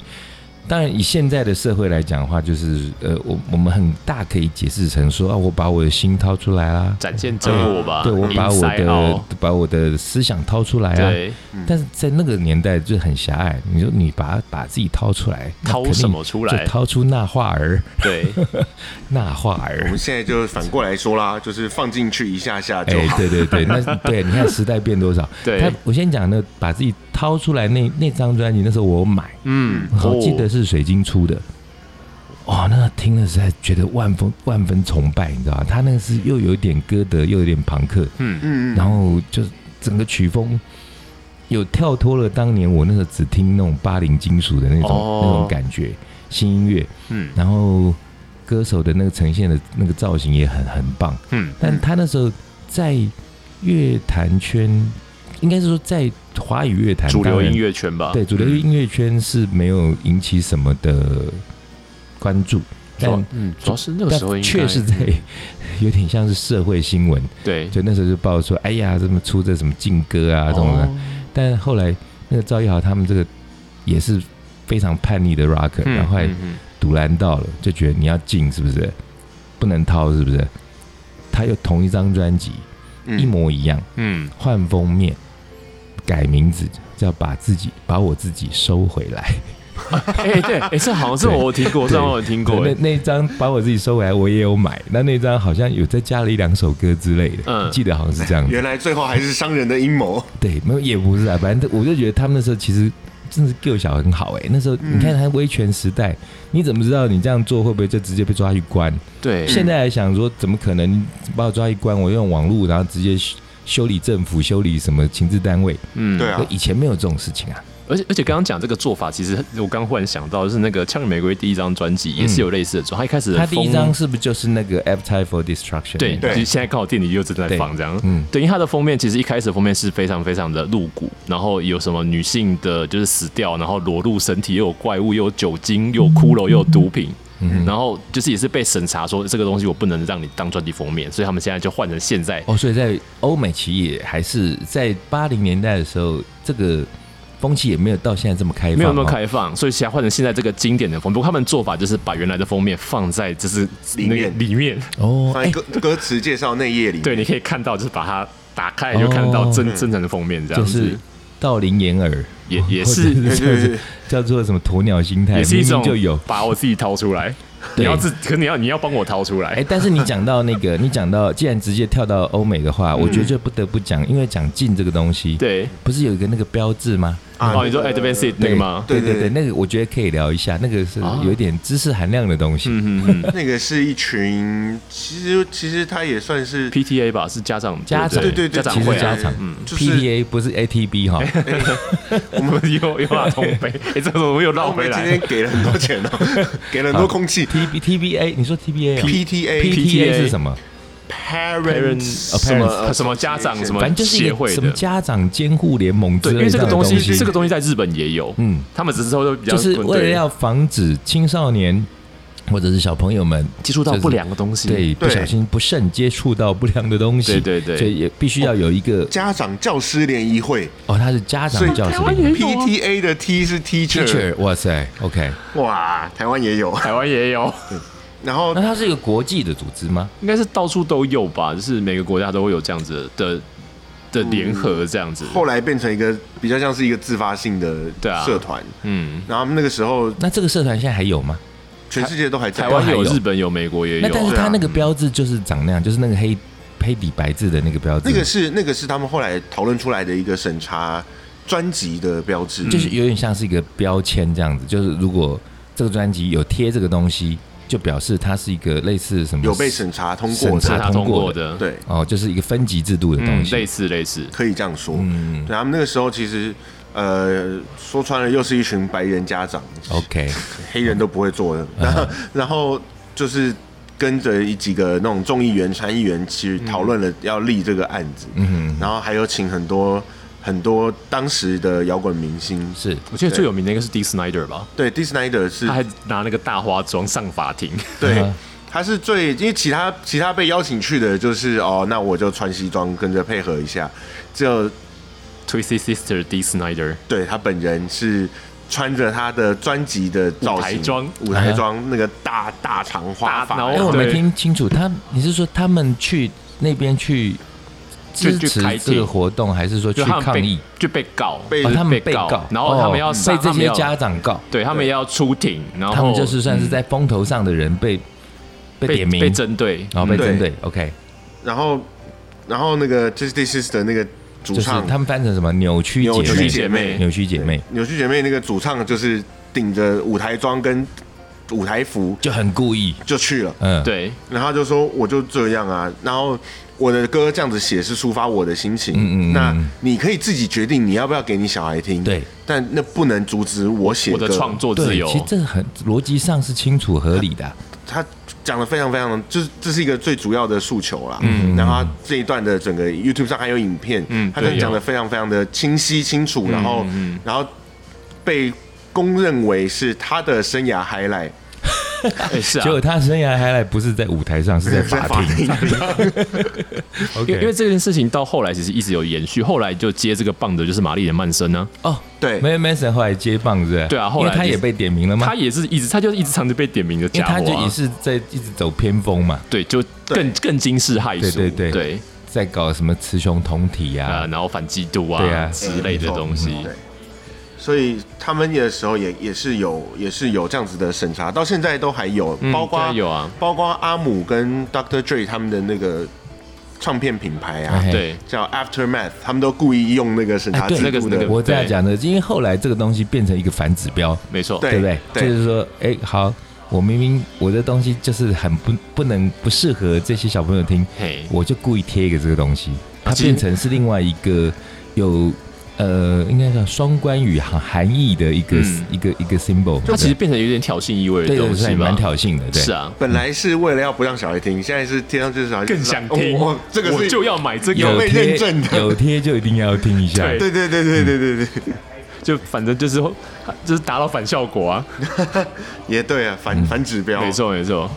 当然以现在的社会来讲的话，就是呃，我我们很大可以解释成说啊，我把我的心掏出来啦，
展现真我吧，
嗯对我把我
inside out
的把我的思想掏出来啊，
哦对
但是在那个年代就很狭隘，你说你把把自己掏出来，那
掏
肯定
什么出
就
来？
掏出那画
*laughs*
儿，
对，
*laughs* 那画
我
儿
们。现在就反过来说啦，就是放进去一下下就
哎，
好。
对对
*laughs*
对，那对，你看时代变多少？
对
他我先讲那把自己掏出来那那张专辑，那时候我有买，
嗯，
我好
哦
记得是水晶出的。哇、那听了实在觉得万分万分崇拜，你知道吗？他那个是又有点歌德，又有点朋克，
嗯，
嗯
然后就是整个曲风有跳脱了当年我那时候只听那种八零金属的那种、
哦
那种感觉，新音乐，
嗯
然后歌手的那个呈现的那个造型也很很棒，
嗯，
但他那时候在乐坛圈，应该是说在华语乐坛
主流
当然
音乐圈吧，嗯
对主流音乐圈是没有引起什么的关注，
主要
但
嗯，主要是那个时候应
但
该嗯
确实
*laughs*
在有点像是社会新闻，
对
就那时候就报说，哎呀，怎么出这什么劲歌啊这种的。
哦
但后来那个赵一豪他们这个也是非常叛逆的 rocker，、
嗯
然后后来
嗯嗯
堵拦到了，就觉得你要禁是不是？不能掏是不是？他又同一张专辑一模一样
嗯，
换封面，改名字叫把自己把我自己收回来。
哎对，哎这好像是
对
我有听过，这好像我有听过，
对
哎
那那一张把我自己收回来，我也有买。那那张好像有再加了一两首歌之类的，
嗯
记得好像是这样子。
原来最后还是商人的阴谋。
对，没有也不是啊，反正我就觉得他们那时候其实真的是够小很好哎、那时候你
嗯
看他威权时代，你怎么知道你这样做会不会就直接被抓去关？
对，
现在还想说怎么可能把我抓去关？我用网络然后直接修修理政府、修理什么情治单位？
嗯
对啊
以前没有这种事情啊。
而且而且刚刚讲这个做法，其实我刚忽然想到，就是那个《枪与玫瑰》第一张专辑也是有类似的做法，他一开始的
他第一
风
张是不是就是那个 Appetite for Destruction？
对，
对
就现在刚好店里又正在放这样。
对嗯
嗯，对，因为它的封面其实一开始的封面是非常非常的露骨，然后有什么女性的就是死掉，然后裸露身体，又有怪物，又有酒精，又有骷髅，又有毒品。
嗯
然后就是也是被审查说这个东西我不能让你当专辑封面，所以他们现在就换成现在
哦，所以在欧美其实也还是在八零年代的时候，这个风气也没有到现在这么开放、
没有那么
哦。
开放，所以现在换成现在这个经典的封面。不过他们做法就是把原来的封面放在就是
里
那个
面
里面，
哦，
放在歌歌词介绍那页里，
对，你可以看到就是把它打开就看得到
哦
真真正的封面这样
就
子
是。道林眼耳哦
也也
或者
是
对对对
叫做什么鸵鸟心态，
也是一
明
种
明就有。
把我自己掏出来。你
对
要自，可你要你要帮我掏出来。
哎、但是你讲到那个， *laughs* 你讲到既然直接跳到欧美的话，我觉得就不得不讲，因为讲进这个东西，，
嗯对，
不是有一个那个标志吗？
啊
哦，你说 advanced 那个吗？
对
对
对
对对，那个我觉得可以聊一下，那个是
啊
有一点知识含量的东西。
嗯嗯嗯
那个是一群，其实其实他也算是
，PTA 吧，是家长
家长
对对对，
家长
其实
会
家
啊。
长
嗯，就是
PDA 不是 ATB
*laughs*
哈，
我们又又拉通杯，哎，这怎么又绕
我
回
们今
来
天？给了很多钱哦，给了很多空气。
TB TBA，你说 TBA 哦
PTA
PTA 是什么？
parents
哦
什么
parents
呃
什么家长什么
反正就是一
协
个
会
什么
的。
家长监护联盟之
对，因
类
为这
这
个
样的
东
东
西，
西，
这个东西在日本也有，
嗯
他们只是稍微比较
就是为了
对
要防止青少年或者是小朋友们
接触到
就是
不良的东西，
对不
对
小心不慎接触到不良的东西，
对对对
所以也必须要有一个
家长教师联谊会，
哦，他是家
所以
长教师
台湾 PTA 的 T 是 teacher，
teacher，哇塞，OK，
哇，台湾也有。
台湾也有，
然后
那它是一个国际的组织吗？
应该是到处都有吧，就是每个国家都会有这样子的的联合这样子。
后来变成一个比较像是一个自发性的
对啊
社团，
嗯，
然后他们那个时候
那这个社团现在还有吗？
全世界都还在
台湾有，
都还有
日本有，美国也
那但
有
是
啊。
它那个标志就是长那样，就是那个黑黑底白字的那个标志，
那个是那个是他们后来讨论出来的一个审查专辑的标志，
就是有点像是一个标签这样子，就是如果这个专辑有贴这个东西，就表示它是一个类似什么
有被审查通过
审查
查
的，
他通过的，，
对，
哦，就是一个分级制度的
嗯
东，西。
类似类似，
可以这样说。
嗯
对他们那个时候其实。呃，说穿了又是一群白人家长，
，OK，嗯
黑人都不会做的。然后，然后就是跟着一几个那种众议员、参议员去讨论了要立这个案子，
嗯哼，
然后还有请很多很多当时的摇滚明星，
是
我记得最有名的应该是 D. Snyder 吧，
对 d i s n y d e r 是
他还拿那个大花妆上法庭， *laughs*
对
嗯，
他是最因为其他其他被邀请去的就是哦，那我就穿西装跟着配合一下，只有
Twisted Sister D. Snyder
对他本人是。穿着他的专辑的造型
舞台装
舞台装那个大大长花
大
发，
然
因为
后
哎我没
对
听清楚，他你是说他们去那边去支
去
持
开
这
庭
个活动，还是说去
就他们
抗
被
议？
就被告，
被
哦，他们
被告
告，
然后他们要
哦
杀
被这
他们
些
要
家长告，
对他们也要出庭，然后
他们就是算是在风头上的人被嗯被
被
点名
被，针对，
然后被
嗯
针对，OK，
然后然后那个就是 This is 的那个主
就是
唱，
他们翻成什么扭曲
扭
姐
曲
妹，
姐妹
扭曲姐妹
扭曲姐妹那个主唱就是顶着舞台装跟舞台服
就很故意，
就去了，
嗯，，
对，
然后他就说我就这样啊，然后我的歌这样子写是抒发我的心情，
嗯嗯嗯
那你可以自己决定你要不要给你小孩听，
对，
但那不能阻止我写
我的
歌
创。作自
对，
由
其，实这很逻辑上是清楚合理
*laughs*
的啊，
他讲的非常非常，就是这是一个最主要的诉求啦。嗯，然后他这一段的整个 YouTube 上还有影片，
嗯
他真的
对有
讲的非常非常的清晰清楚，然后
嗯
然后被公认为是他的生涯 highlight。
哎是啊
结，果他生涯还来不是在舞台上，是在法庭。
因
OK，
为因为这件事情到后来其实一直有延续，后来就接这个棒的就是玛丽莲曼森啊呢、
哦，
对，
没有 Mason 后来接棒是不是？
对啊后来
因为他也被点名了吗
他？也是一直他就是一直常常被点名的
嗯因为
家伙、
他
啊，
就也是在一直走偏锋嘛，
对，就更更惊世骇俗，
对对对
对
在搞什么雌雄同体
啊、
啊，
然后反基督
对啊
啊之类的东西，
对，所以他们的时候也也是有也是有这样子的审查，到现在都还有，
嗯
包括
当然有啊，
包括阿姆跟 Dr. Dre 他们的那个唱片品牌啊
哎，
对
叫 Aftermath，他们都故意用那个审查
哎对
制度
那个那
的
个。
我这样讲的，因为后来这个东西变成一个反指标，
没错，
对
对不对？
对
就是说，哎，好，我明明我的东西就是很不不能不适合这些小朋友听，
嘿，啊
我就故意贴一个这个东西，它
其实
变成是另外一个有呃，应该叫双关语含含义的一个、
嗯
一个一个 symbol。
它其实变成有点挑衅意味
对
的
对
东
是
西吧
蛮，挑衅的，对
是，啊，
本来是为了要不让小孩听，现在是贴上去小孩
更
*laughs*
想听，
哦这个
我
是
就要买这
有
个，
被
贴
认证的
有贴就一定要听一下。
对
对对对对对对对，
嗯就反正就是就是达到反效果啊，
也对啊，反反指标，
没。错没错，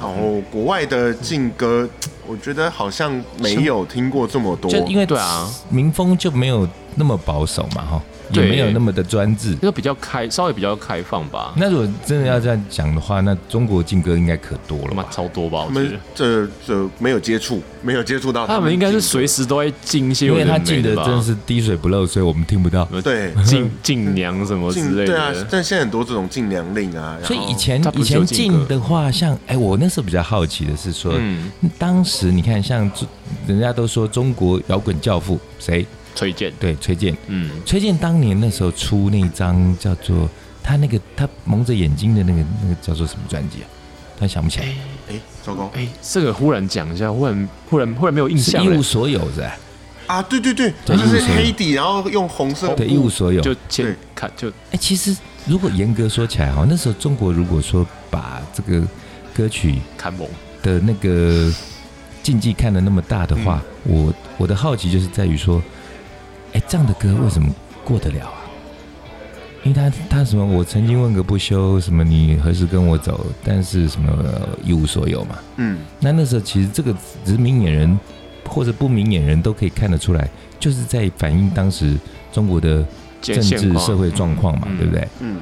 然后国外的劲歌，我觉得好像没有听过这么多，
就因为
对啊，
民风就没有那么保守嘛，哈，也
对
没有那么的专制。
就比较开，稍微比较开放吧。
那如果真的要这样讲的话，那中国劲歌应该可多了
他妈
吧？
超多吧？
他
我觉
们
得
这这没有接触，没有接触到
他们应该是随时都在进一些
因
有
为
的没的吧，
他进的
*laughs*
真是滴水不漏，所以我们听不到。
对
进进娘什么之
禁
类
对啊
的，，
但现在很多这种禁粮令啊，然后
所以以前
他不
以
是有
前
劲
进
歌
的话，像哎、我那时候比较好奇的是说，
嗯，
当时你看像中人家都说中国摇滚教父谁？
推荐，
对，崔健。
嗯，
崔健当年那时候出那张叫做他那个他蒙着眼睛的那个那个叫做什么专辑啊？突然想不起来，
哎，糟糕
哎，这个忽然讲一下，忽然忽然忽然没有印
是
象
一
了
无，所有是吧？
啊，对对对，
对
就是
一无所有
黑底，然后用红色
对，一无所有。
哦就
对
先看就
哎、其实如果严格说起来哦哈，那时候中国如果说把这个歌曲
看蒙，
的那个禁忌看得那么大的话，我我的好奇就是在于说，哎、这样的歌为什么过得了啊？因为他他什么，我曾经问个不休，什么你何时跟我走，但是什么呃一无所有嘛。
嗯，
那那时候其实这个只是明眼人或者不明眼人都可以看得出来，就是在反映当时中国的政
现
治
况
社会状况嘛，
嗯
对不对？
嗯，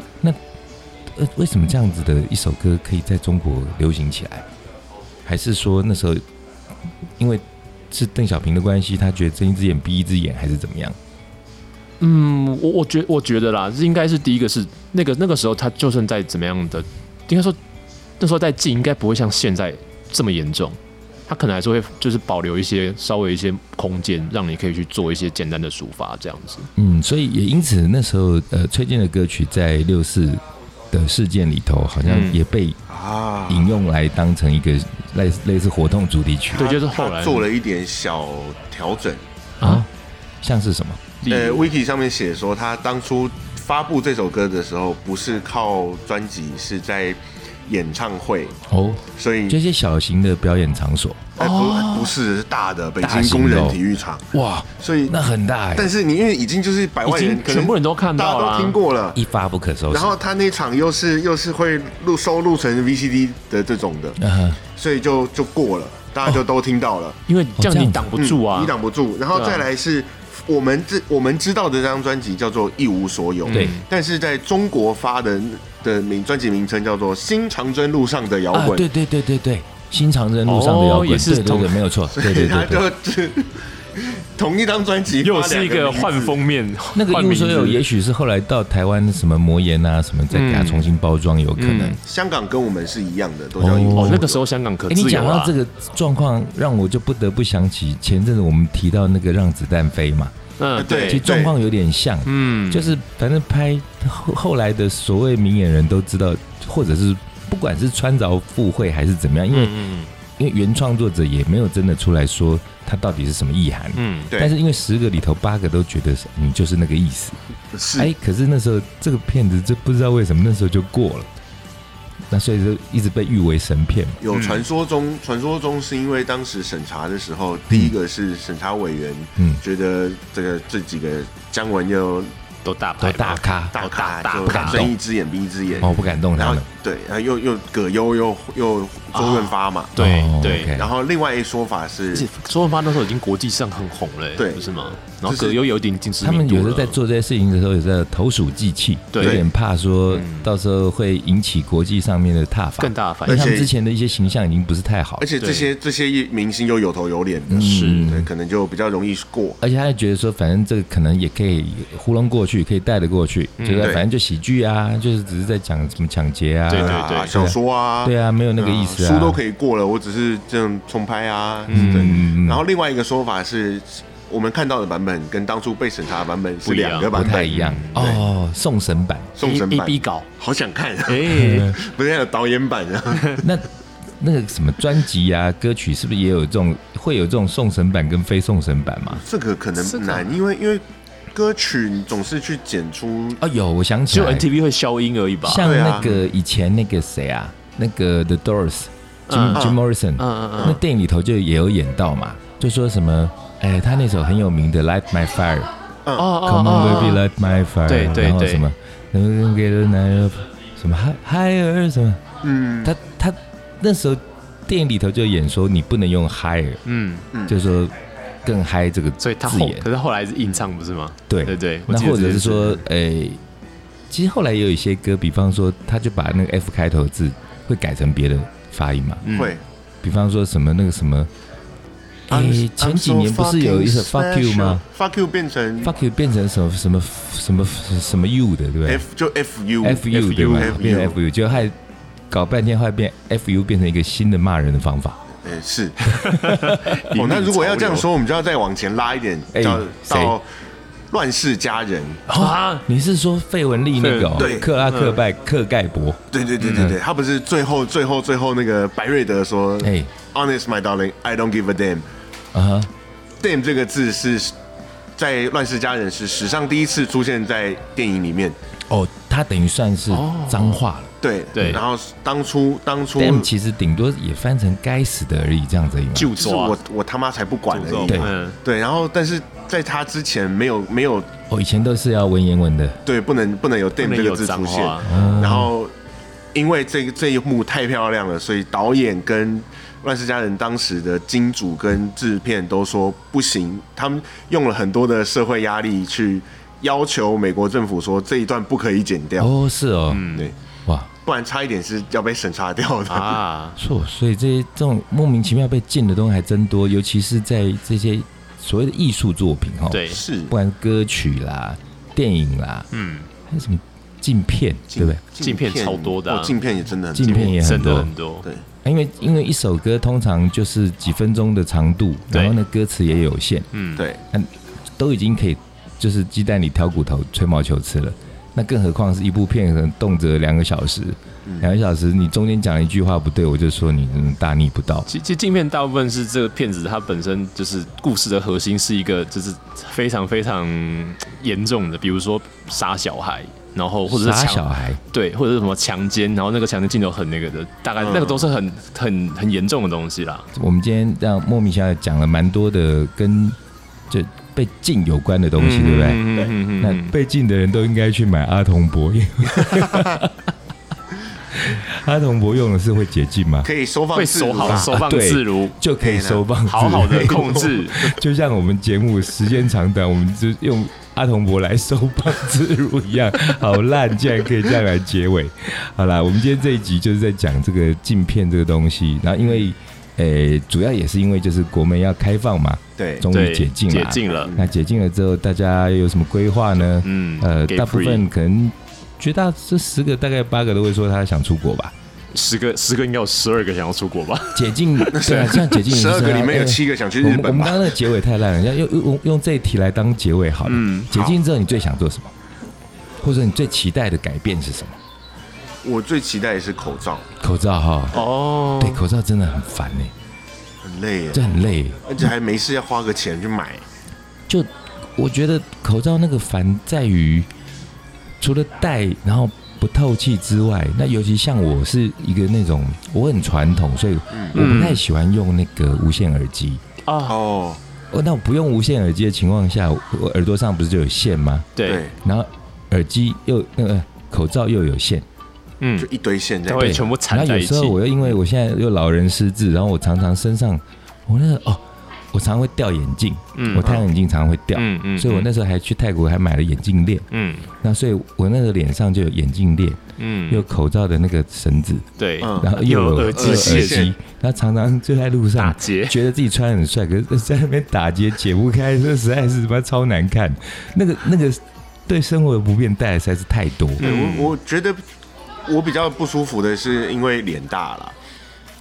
呃，为什么这样子的一首歌可以在中国流行起来？还是说那时候因为是邓小平的关系，他觉得睁一只眼闭一只眼，还是怎么样？
嗯，我我觉我觉得啦，应该是第一个是那个那个时候他就算在怎么样的，应该说那时候在进应该不会像现在这么严重，他可能还是会就是保留一些稍微一些空间，让你可以去做一些简单的抒发这样子。
嗯，所以也因此那时候呃，崔健的歌曲在六四的事件里头，好像
嗯
也被
啊，
引用来当成一个类似类似活动主题曲
对，就是
他
后来
做了一点小调整。
啊，像是什么？
例
呃
如
，Wiki 上面写说，他当初发布这首歌的时候，不是靠专辑，是在演唱会，
哦，
所以
这些小型的表演场所，
哎、不不是是大的北
哦大
京
型
工
的
人
哦
体育场，
哇，
所以
那很大哎
但，是你因为已经就是百万
已经
人，可能
全部人都看到
大
了
家
啊
都听过了。
一发不可收拾。
然后他那场又是又是会录收录成 VCD 的这种的，
嗯哼
所以就就过了，大家就都听到了。
因为这
这
样
样
你
子
挡不哦住啊，
嗯你挡不住。然后
对啊
再来是我们知我们知道的这张专辑叫做《一无所有》，
对
但是在中国发的的名专辑名称叫做《新长征路上的摇
啊
滚》，，
对对对对对，新长征路上的摇滚，
哦也是
对对
同
对，没有
*laughs*
错，对对
他
对对。
就 *laughs* 同一张专辑
又
发两
是一个
名字
换。封面，
那个
换
一无
名哦
所
字
有，也许是后来到台湾什么魔岩啊什么，再给它
嗯
重新包装，有可能。
嗯
香港跟我们是一样的，都叫
哦
一无所有
哦，那个时候香港可
诶
自
哎你
由啊
讲到
了
这，个状况，让我就不得不想起前阵子我们提到那个《让子弹飞》嘛，
嗯，
对
其
对，
实状况有点像，
嗯，
就是反正拍后后来的所谓明眼人都知道，或者是不管是穿着附会还是怎么样，因为
嗯嗯
因为原创作者也没有真的出来说他到底是什么意涵，
嗯，
对
但是因为十个里头八个都觉得是嗯就是那个意思，
是
哎，可是那时候这个片子就不知道为什么那时候就过了，那所以就一直被誉为神片嘛。
嗯
有传说中，传说中是因为当时审查的时
嗯
候，第一个是审查委员
嗯，
觉得这个这几个姜文又
都大牌
都
嘛
大咖
大咖，
大
就
大
咖
睁一只眼闭一只眼，
哦，不敢动
然
他
后
们。
对，然后又又葛优又又周润发嘛，
对
哦
啊对
OK
然后另外一说法是
而且周润发那时候已经国际上很红了、欸
对
不是吗？然
就
后
是
葛优有点近视
他们有时候在做这些事情的时候，有时候投鼠忌器，有
对
点怕说
嗯
到时候会引起国际上面的挞伐
更。大的反
因为
而且。
应
他们之前的一些形象已经不是太好
而，且这些这些明星又有头有脸的，
是
嗯
对，可能就比较容易过。
而且他就觉得说，反正这个可能也可以糊弄过去，可以带得过去，就是
对
反正就喜剧啊，就是只是在讲什么抢劫啊，
对对
啊，小说啊，
对啊，没有那个意思啊，
书都可以过了，我只是这样重拍啊，
嗯嗯
对。
嗯
然后另外一个说法是，我们看到的版本跟当初被审查的版本是
不一样
两个
不
版
太
本，
一样哦。送神版，
送审版
A B 稿，
好想看
*laughs*
啊，
哎、
不是还有导演版啊，
那那个什么专辑啊、歌曲，是不是也有这种会有这种送审版跟非送审版嘛？
这个可
这
能
个
难，因为因为歌曲你总是去剪出
啊，有，我想起
只有
来，
NTV 会消音而已吧？
像
对
那
啊
个以前那个谁啊，那个 The Doors。Jim
嗯
Jim Morrison，
嗯嗯嗯
那电影里头就也有演到嘛，就说什么，哎，他那首很有名的《Light My Fire》
哦哦
，Come on baby
哦
light my fire，
对对
啊然后
对
什么，能不能给的男人什么 higher 什么，
嗯
他他那时候电影里头就演说你不能用 higher，
嗯，
就说更嗨这个
所以他
字
后
眼
可，是后来是硬唱不是吗？
对
对对，我
那
记得
或者
这
是
件事
说，诶、其实后来也有一些歌，比方说他就把那个 F 开头的字会改成别的发音嘛，
嗯
会
比方说什么那个什么，诶、
I'm-
哎前几年不是有一首
I'm so
Fuck You
fucking
吗
special？Fuck you 变成
？Fuck you 变成什么什么什么什么 you 的，对不对
F 就 F U
？F U 对吧
F？U
变成 F U，结果还搞半天，后来变 F U 变成一个新的骂人的方法。
哎是。
引
哦，
领
那如果要
潮
这样
流
说，我们就要再往前拉一点，
哎
到
谁
到乱世佳人。
啊，
你是说费雯丽那个、哦、
对
克拉克拜克盖伯？
对对对对对，他不是最后最后最后那个白瑞德说
哎
，Honest my darling, I don't give a damn。
啊哈，
damn 这个字是在《乱世佳人》是史上第一次出现在电影里面。
哦，他等于算是脏话了。
对
对
然后当初当初
damn
就
其实顶多也翻成该死的而已，这样子而已嘛。
就是抓
我我他妈才不管而已
对
嘛。
嗯，
对，然后但是在他之前没有没有
哦我、以前都是要文言文的，
对不能不能有 damn
能
这
有
个字
脏
出现
话，
嗯
然后因为这这一幕太漂亮了，所以导演跟《乱世佳人》当时的金主跟制片都说不行，他们用了很多的社会压力去要求美国政府说这一段不可以剪掉。
哦，是哦，
对，
哇，
不然差一点是要被审查掉的。
啊，
错，所以这些这种莫名其妙被禁的东西还真多，尤其是在这些所谓的艺术作品哦哈，，
*laughs*
对，
是
不管歌曲啦、电影啦，
嗯，
还有什么禁片，对不对？
镜片超多的啊
哦镜片也真的很
镜片也很
真的
多，
很多，
对
啊因为因为一首歌通常就是几分钟的长度，
对
然后呢歌词也有限，
嗯，
对，
都已经可以就是鸡蛋里挑骨头、吹毛求疵了。那更何况是一部片，可能动辄两个小时，
嗯
两个小时你中间讲一句话不对，我就说你嗯大逆不道。
其其实镜片大部分是这个片子它本身就是故事的核心是一个就是非常非常严重的，比如说杀小孩，然后或者是
傻
强
小孩，
对，或者是什么强奸，然后那个强奸镜头很那个的，大概那个都是很很很严重的东西啦。
我们今天让莫名其妙讲了蛮多的跟就被禁有关的东西，对不对？
嗯嗯嗯
那被禁的人都应该去买阿童博，因为 *laughs* 阿童博用的是会解禁吗？
可以收放啊
会
自如
手
啦
好手放
对
自如，
就可以收放自
好好的控制，
*laughs* 就像我们节目时间长短，我们就用阿童伯来收棒自如一样，好烂，竟然可以这样来结尾。好啦，我们今天这一集就是在讲这个镜片这个东西，然后因为，呃，主要也是因为就是国门要开放嘛，
对
终
对，
于解禁了。
解禁了，
那解禁了之后，大家有什么规划呢？
嗯，
呃，
给
大部
free
分可能绝大这十个大概八个都会说他想出国吧。
十个十个应该有十二个想要出国吧？
*laughs*
解禁，对啊，像解禁也是
十二个
啊
里面有
哎
七个想去日
我们我
本
们
吧
刚？刚的结尾太烂了，要用用用这一题来当结尾好了。
嗯
解禁之后你最想做什么，或者你最期待的改变是什么？
我最期待的是口罩，
口罩哈，
哦
对，口罩真的很烦呢，
很累耶
这，很累。
而且还没事要花个钱去买。
就我觉得口罩那个烦在于，除了戴然后不透气之外，那尤其像我是一个那种我很传统，所以我不太喜欢用那个无线耳机。
啊，
哦，
哦，那我不用无线耳机的情况下，我我耳朵上不是就有线吗？
对
对，，
然后耳机又那个口罩又有线，
嗯
就，一堆线这
它
样。
会全部
然
缠
后
在
有
一
时
起嗯
候，我又因为我现在又老人失智，然后我常常身上我那个哦，我常会掉眼镜，
嗯
我太阳眼镜常常会掉，
嗯嗯，
所以我那时候还去泰国还买了眼镜链，
嗯
那所以我那个脸上就有眼镜链，
嗯
有口罩的那个绳子，
对，
嗯
然后
又
又
有
有
耳机
又有
线
耳机，然后常常就在路
打
上
结，
觉得自己穿得很帅，可是在那边打结解不开，这实在是他妈超难看。那个那个对生活的不便带来实在是太多。
对
嗯
我我觉得我比较不舒服的是因为脸大了，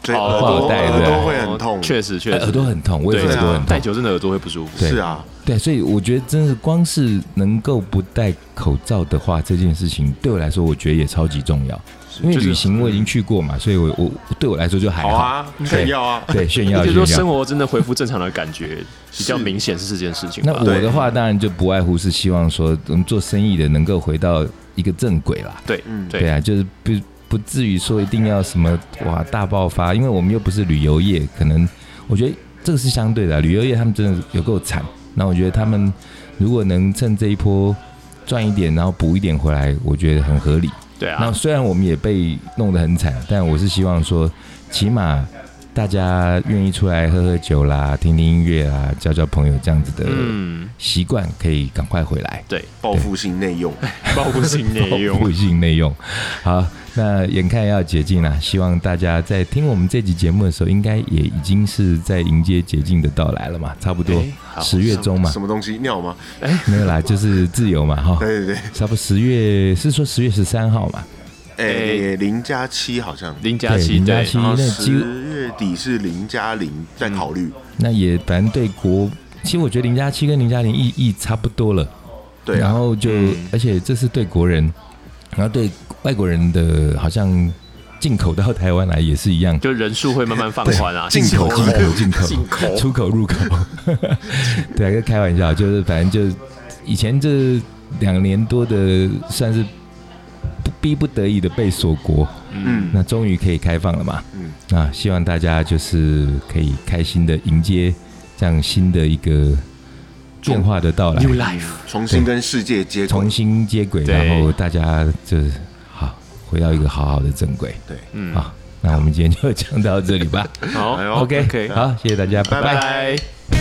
所以
哦
耳
不好
朵
戴
耳
对
朵会很痛。
确实确
哎
实
耳朵很痛，我也
对啊
是耳朵很
戴
痛。
久真的耳朵会不舒服，
对
是啊，
对，所以我觉得真是光是能够不戴口罩的话，这件事情对我来说，我觉得也超级重要。因为
就是
旅行我已经去过嘛，所以我我对我来说就还
好
好。
啊，炫耀啊，
对，炫
也
耀
就是说，
炫
生
耀。
活真的恢复正常的感觉比较
是
明显是这件事情
那
吧
我？的话，当然就不外乎是希望说，我们做生意的能够回到一个正轨啦。
对
嗯
对
对，
啊，就是不不至于说一定要什么哇大爆发，因为我们又不是旅游业，可能我觉得这个是相对的啊、旅游业他们真的有够惨。那我觉得他们如果能趁这一波赚一点，然后补一点回来，我觉得很合理。
对
那
啊，
虽然我们也被弄得很惨，但我是希望说，起码大家愿意出来喝喝酒啦，听听音乐啦，交交朋友这样子的
嗯，
习惯，可以赶快回来。
对，
报复性内用，
报复性内
不
用，
性哦内用。好，那眼看要解禁了，希望大家在听我们这集节目的时候，应该也已经是在迎接解禁的到来了嘛，差不多
哎好
十月中嘛
什，么东西尿吗？
没有啦，就是自由嘛，哈，
对对
差不多十月是说十月十三号嘛，
对，哎，零加七好像，
零加七，
零加
对
七，嗯
然后
那几
十
乎
月底是零加零，再考虑。
那也反正对国，其实我觉得零加七跟零加零意义差不多了，
嗯对
然
啊，
后就、而且这是对国人，然后对外国人的好像进口到台湾来也是一样，
就人数会慢慢放宽啊，
进口
进口进口
进口
*laughs* 出口入口，对啊，就开玩笑，就是反正就是以前这两年多的算是不逼不得已的被锁国，
嗯，
那终于可以开放了嘛，
嗯，
那希望大家就是可以开心的迎接这样新的一个变化的到来，
，New Life，
重新跟世界接轨
重。新接轨，
对
然后大家就是好回到一个好好的正轨
对，
嗯，
啊。那我们今天就讲到这里吧。
好 *laughs*
哎呦
OK，
，OK，
好，谢谢大家，拜
拜
拜
拜。
拜。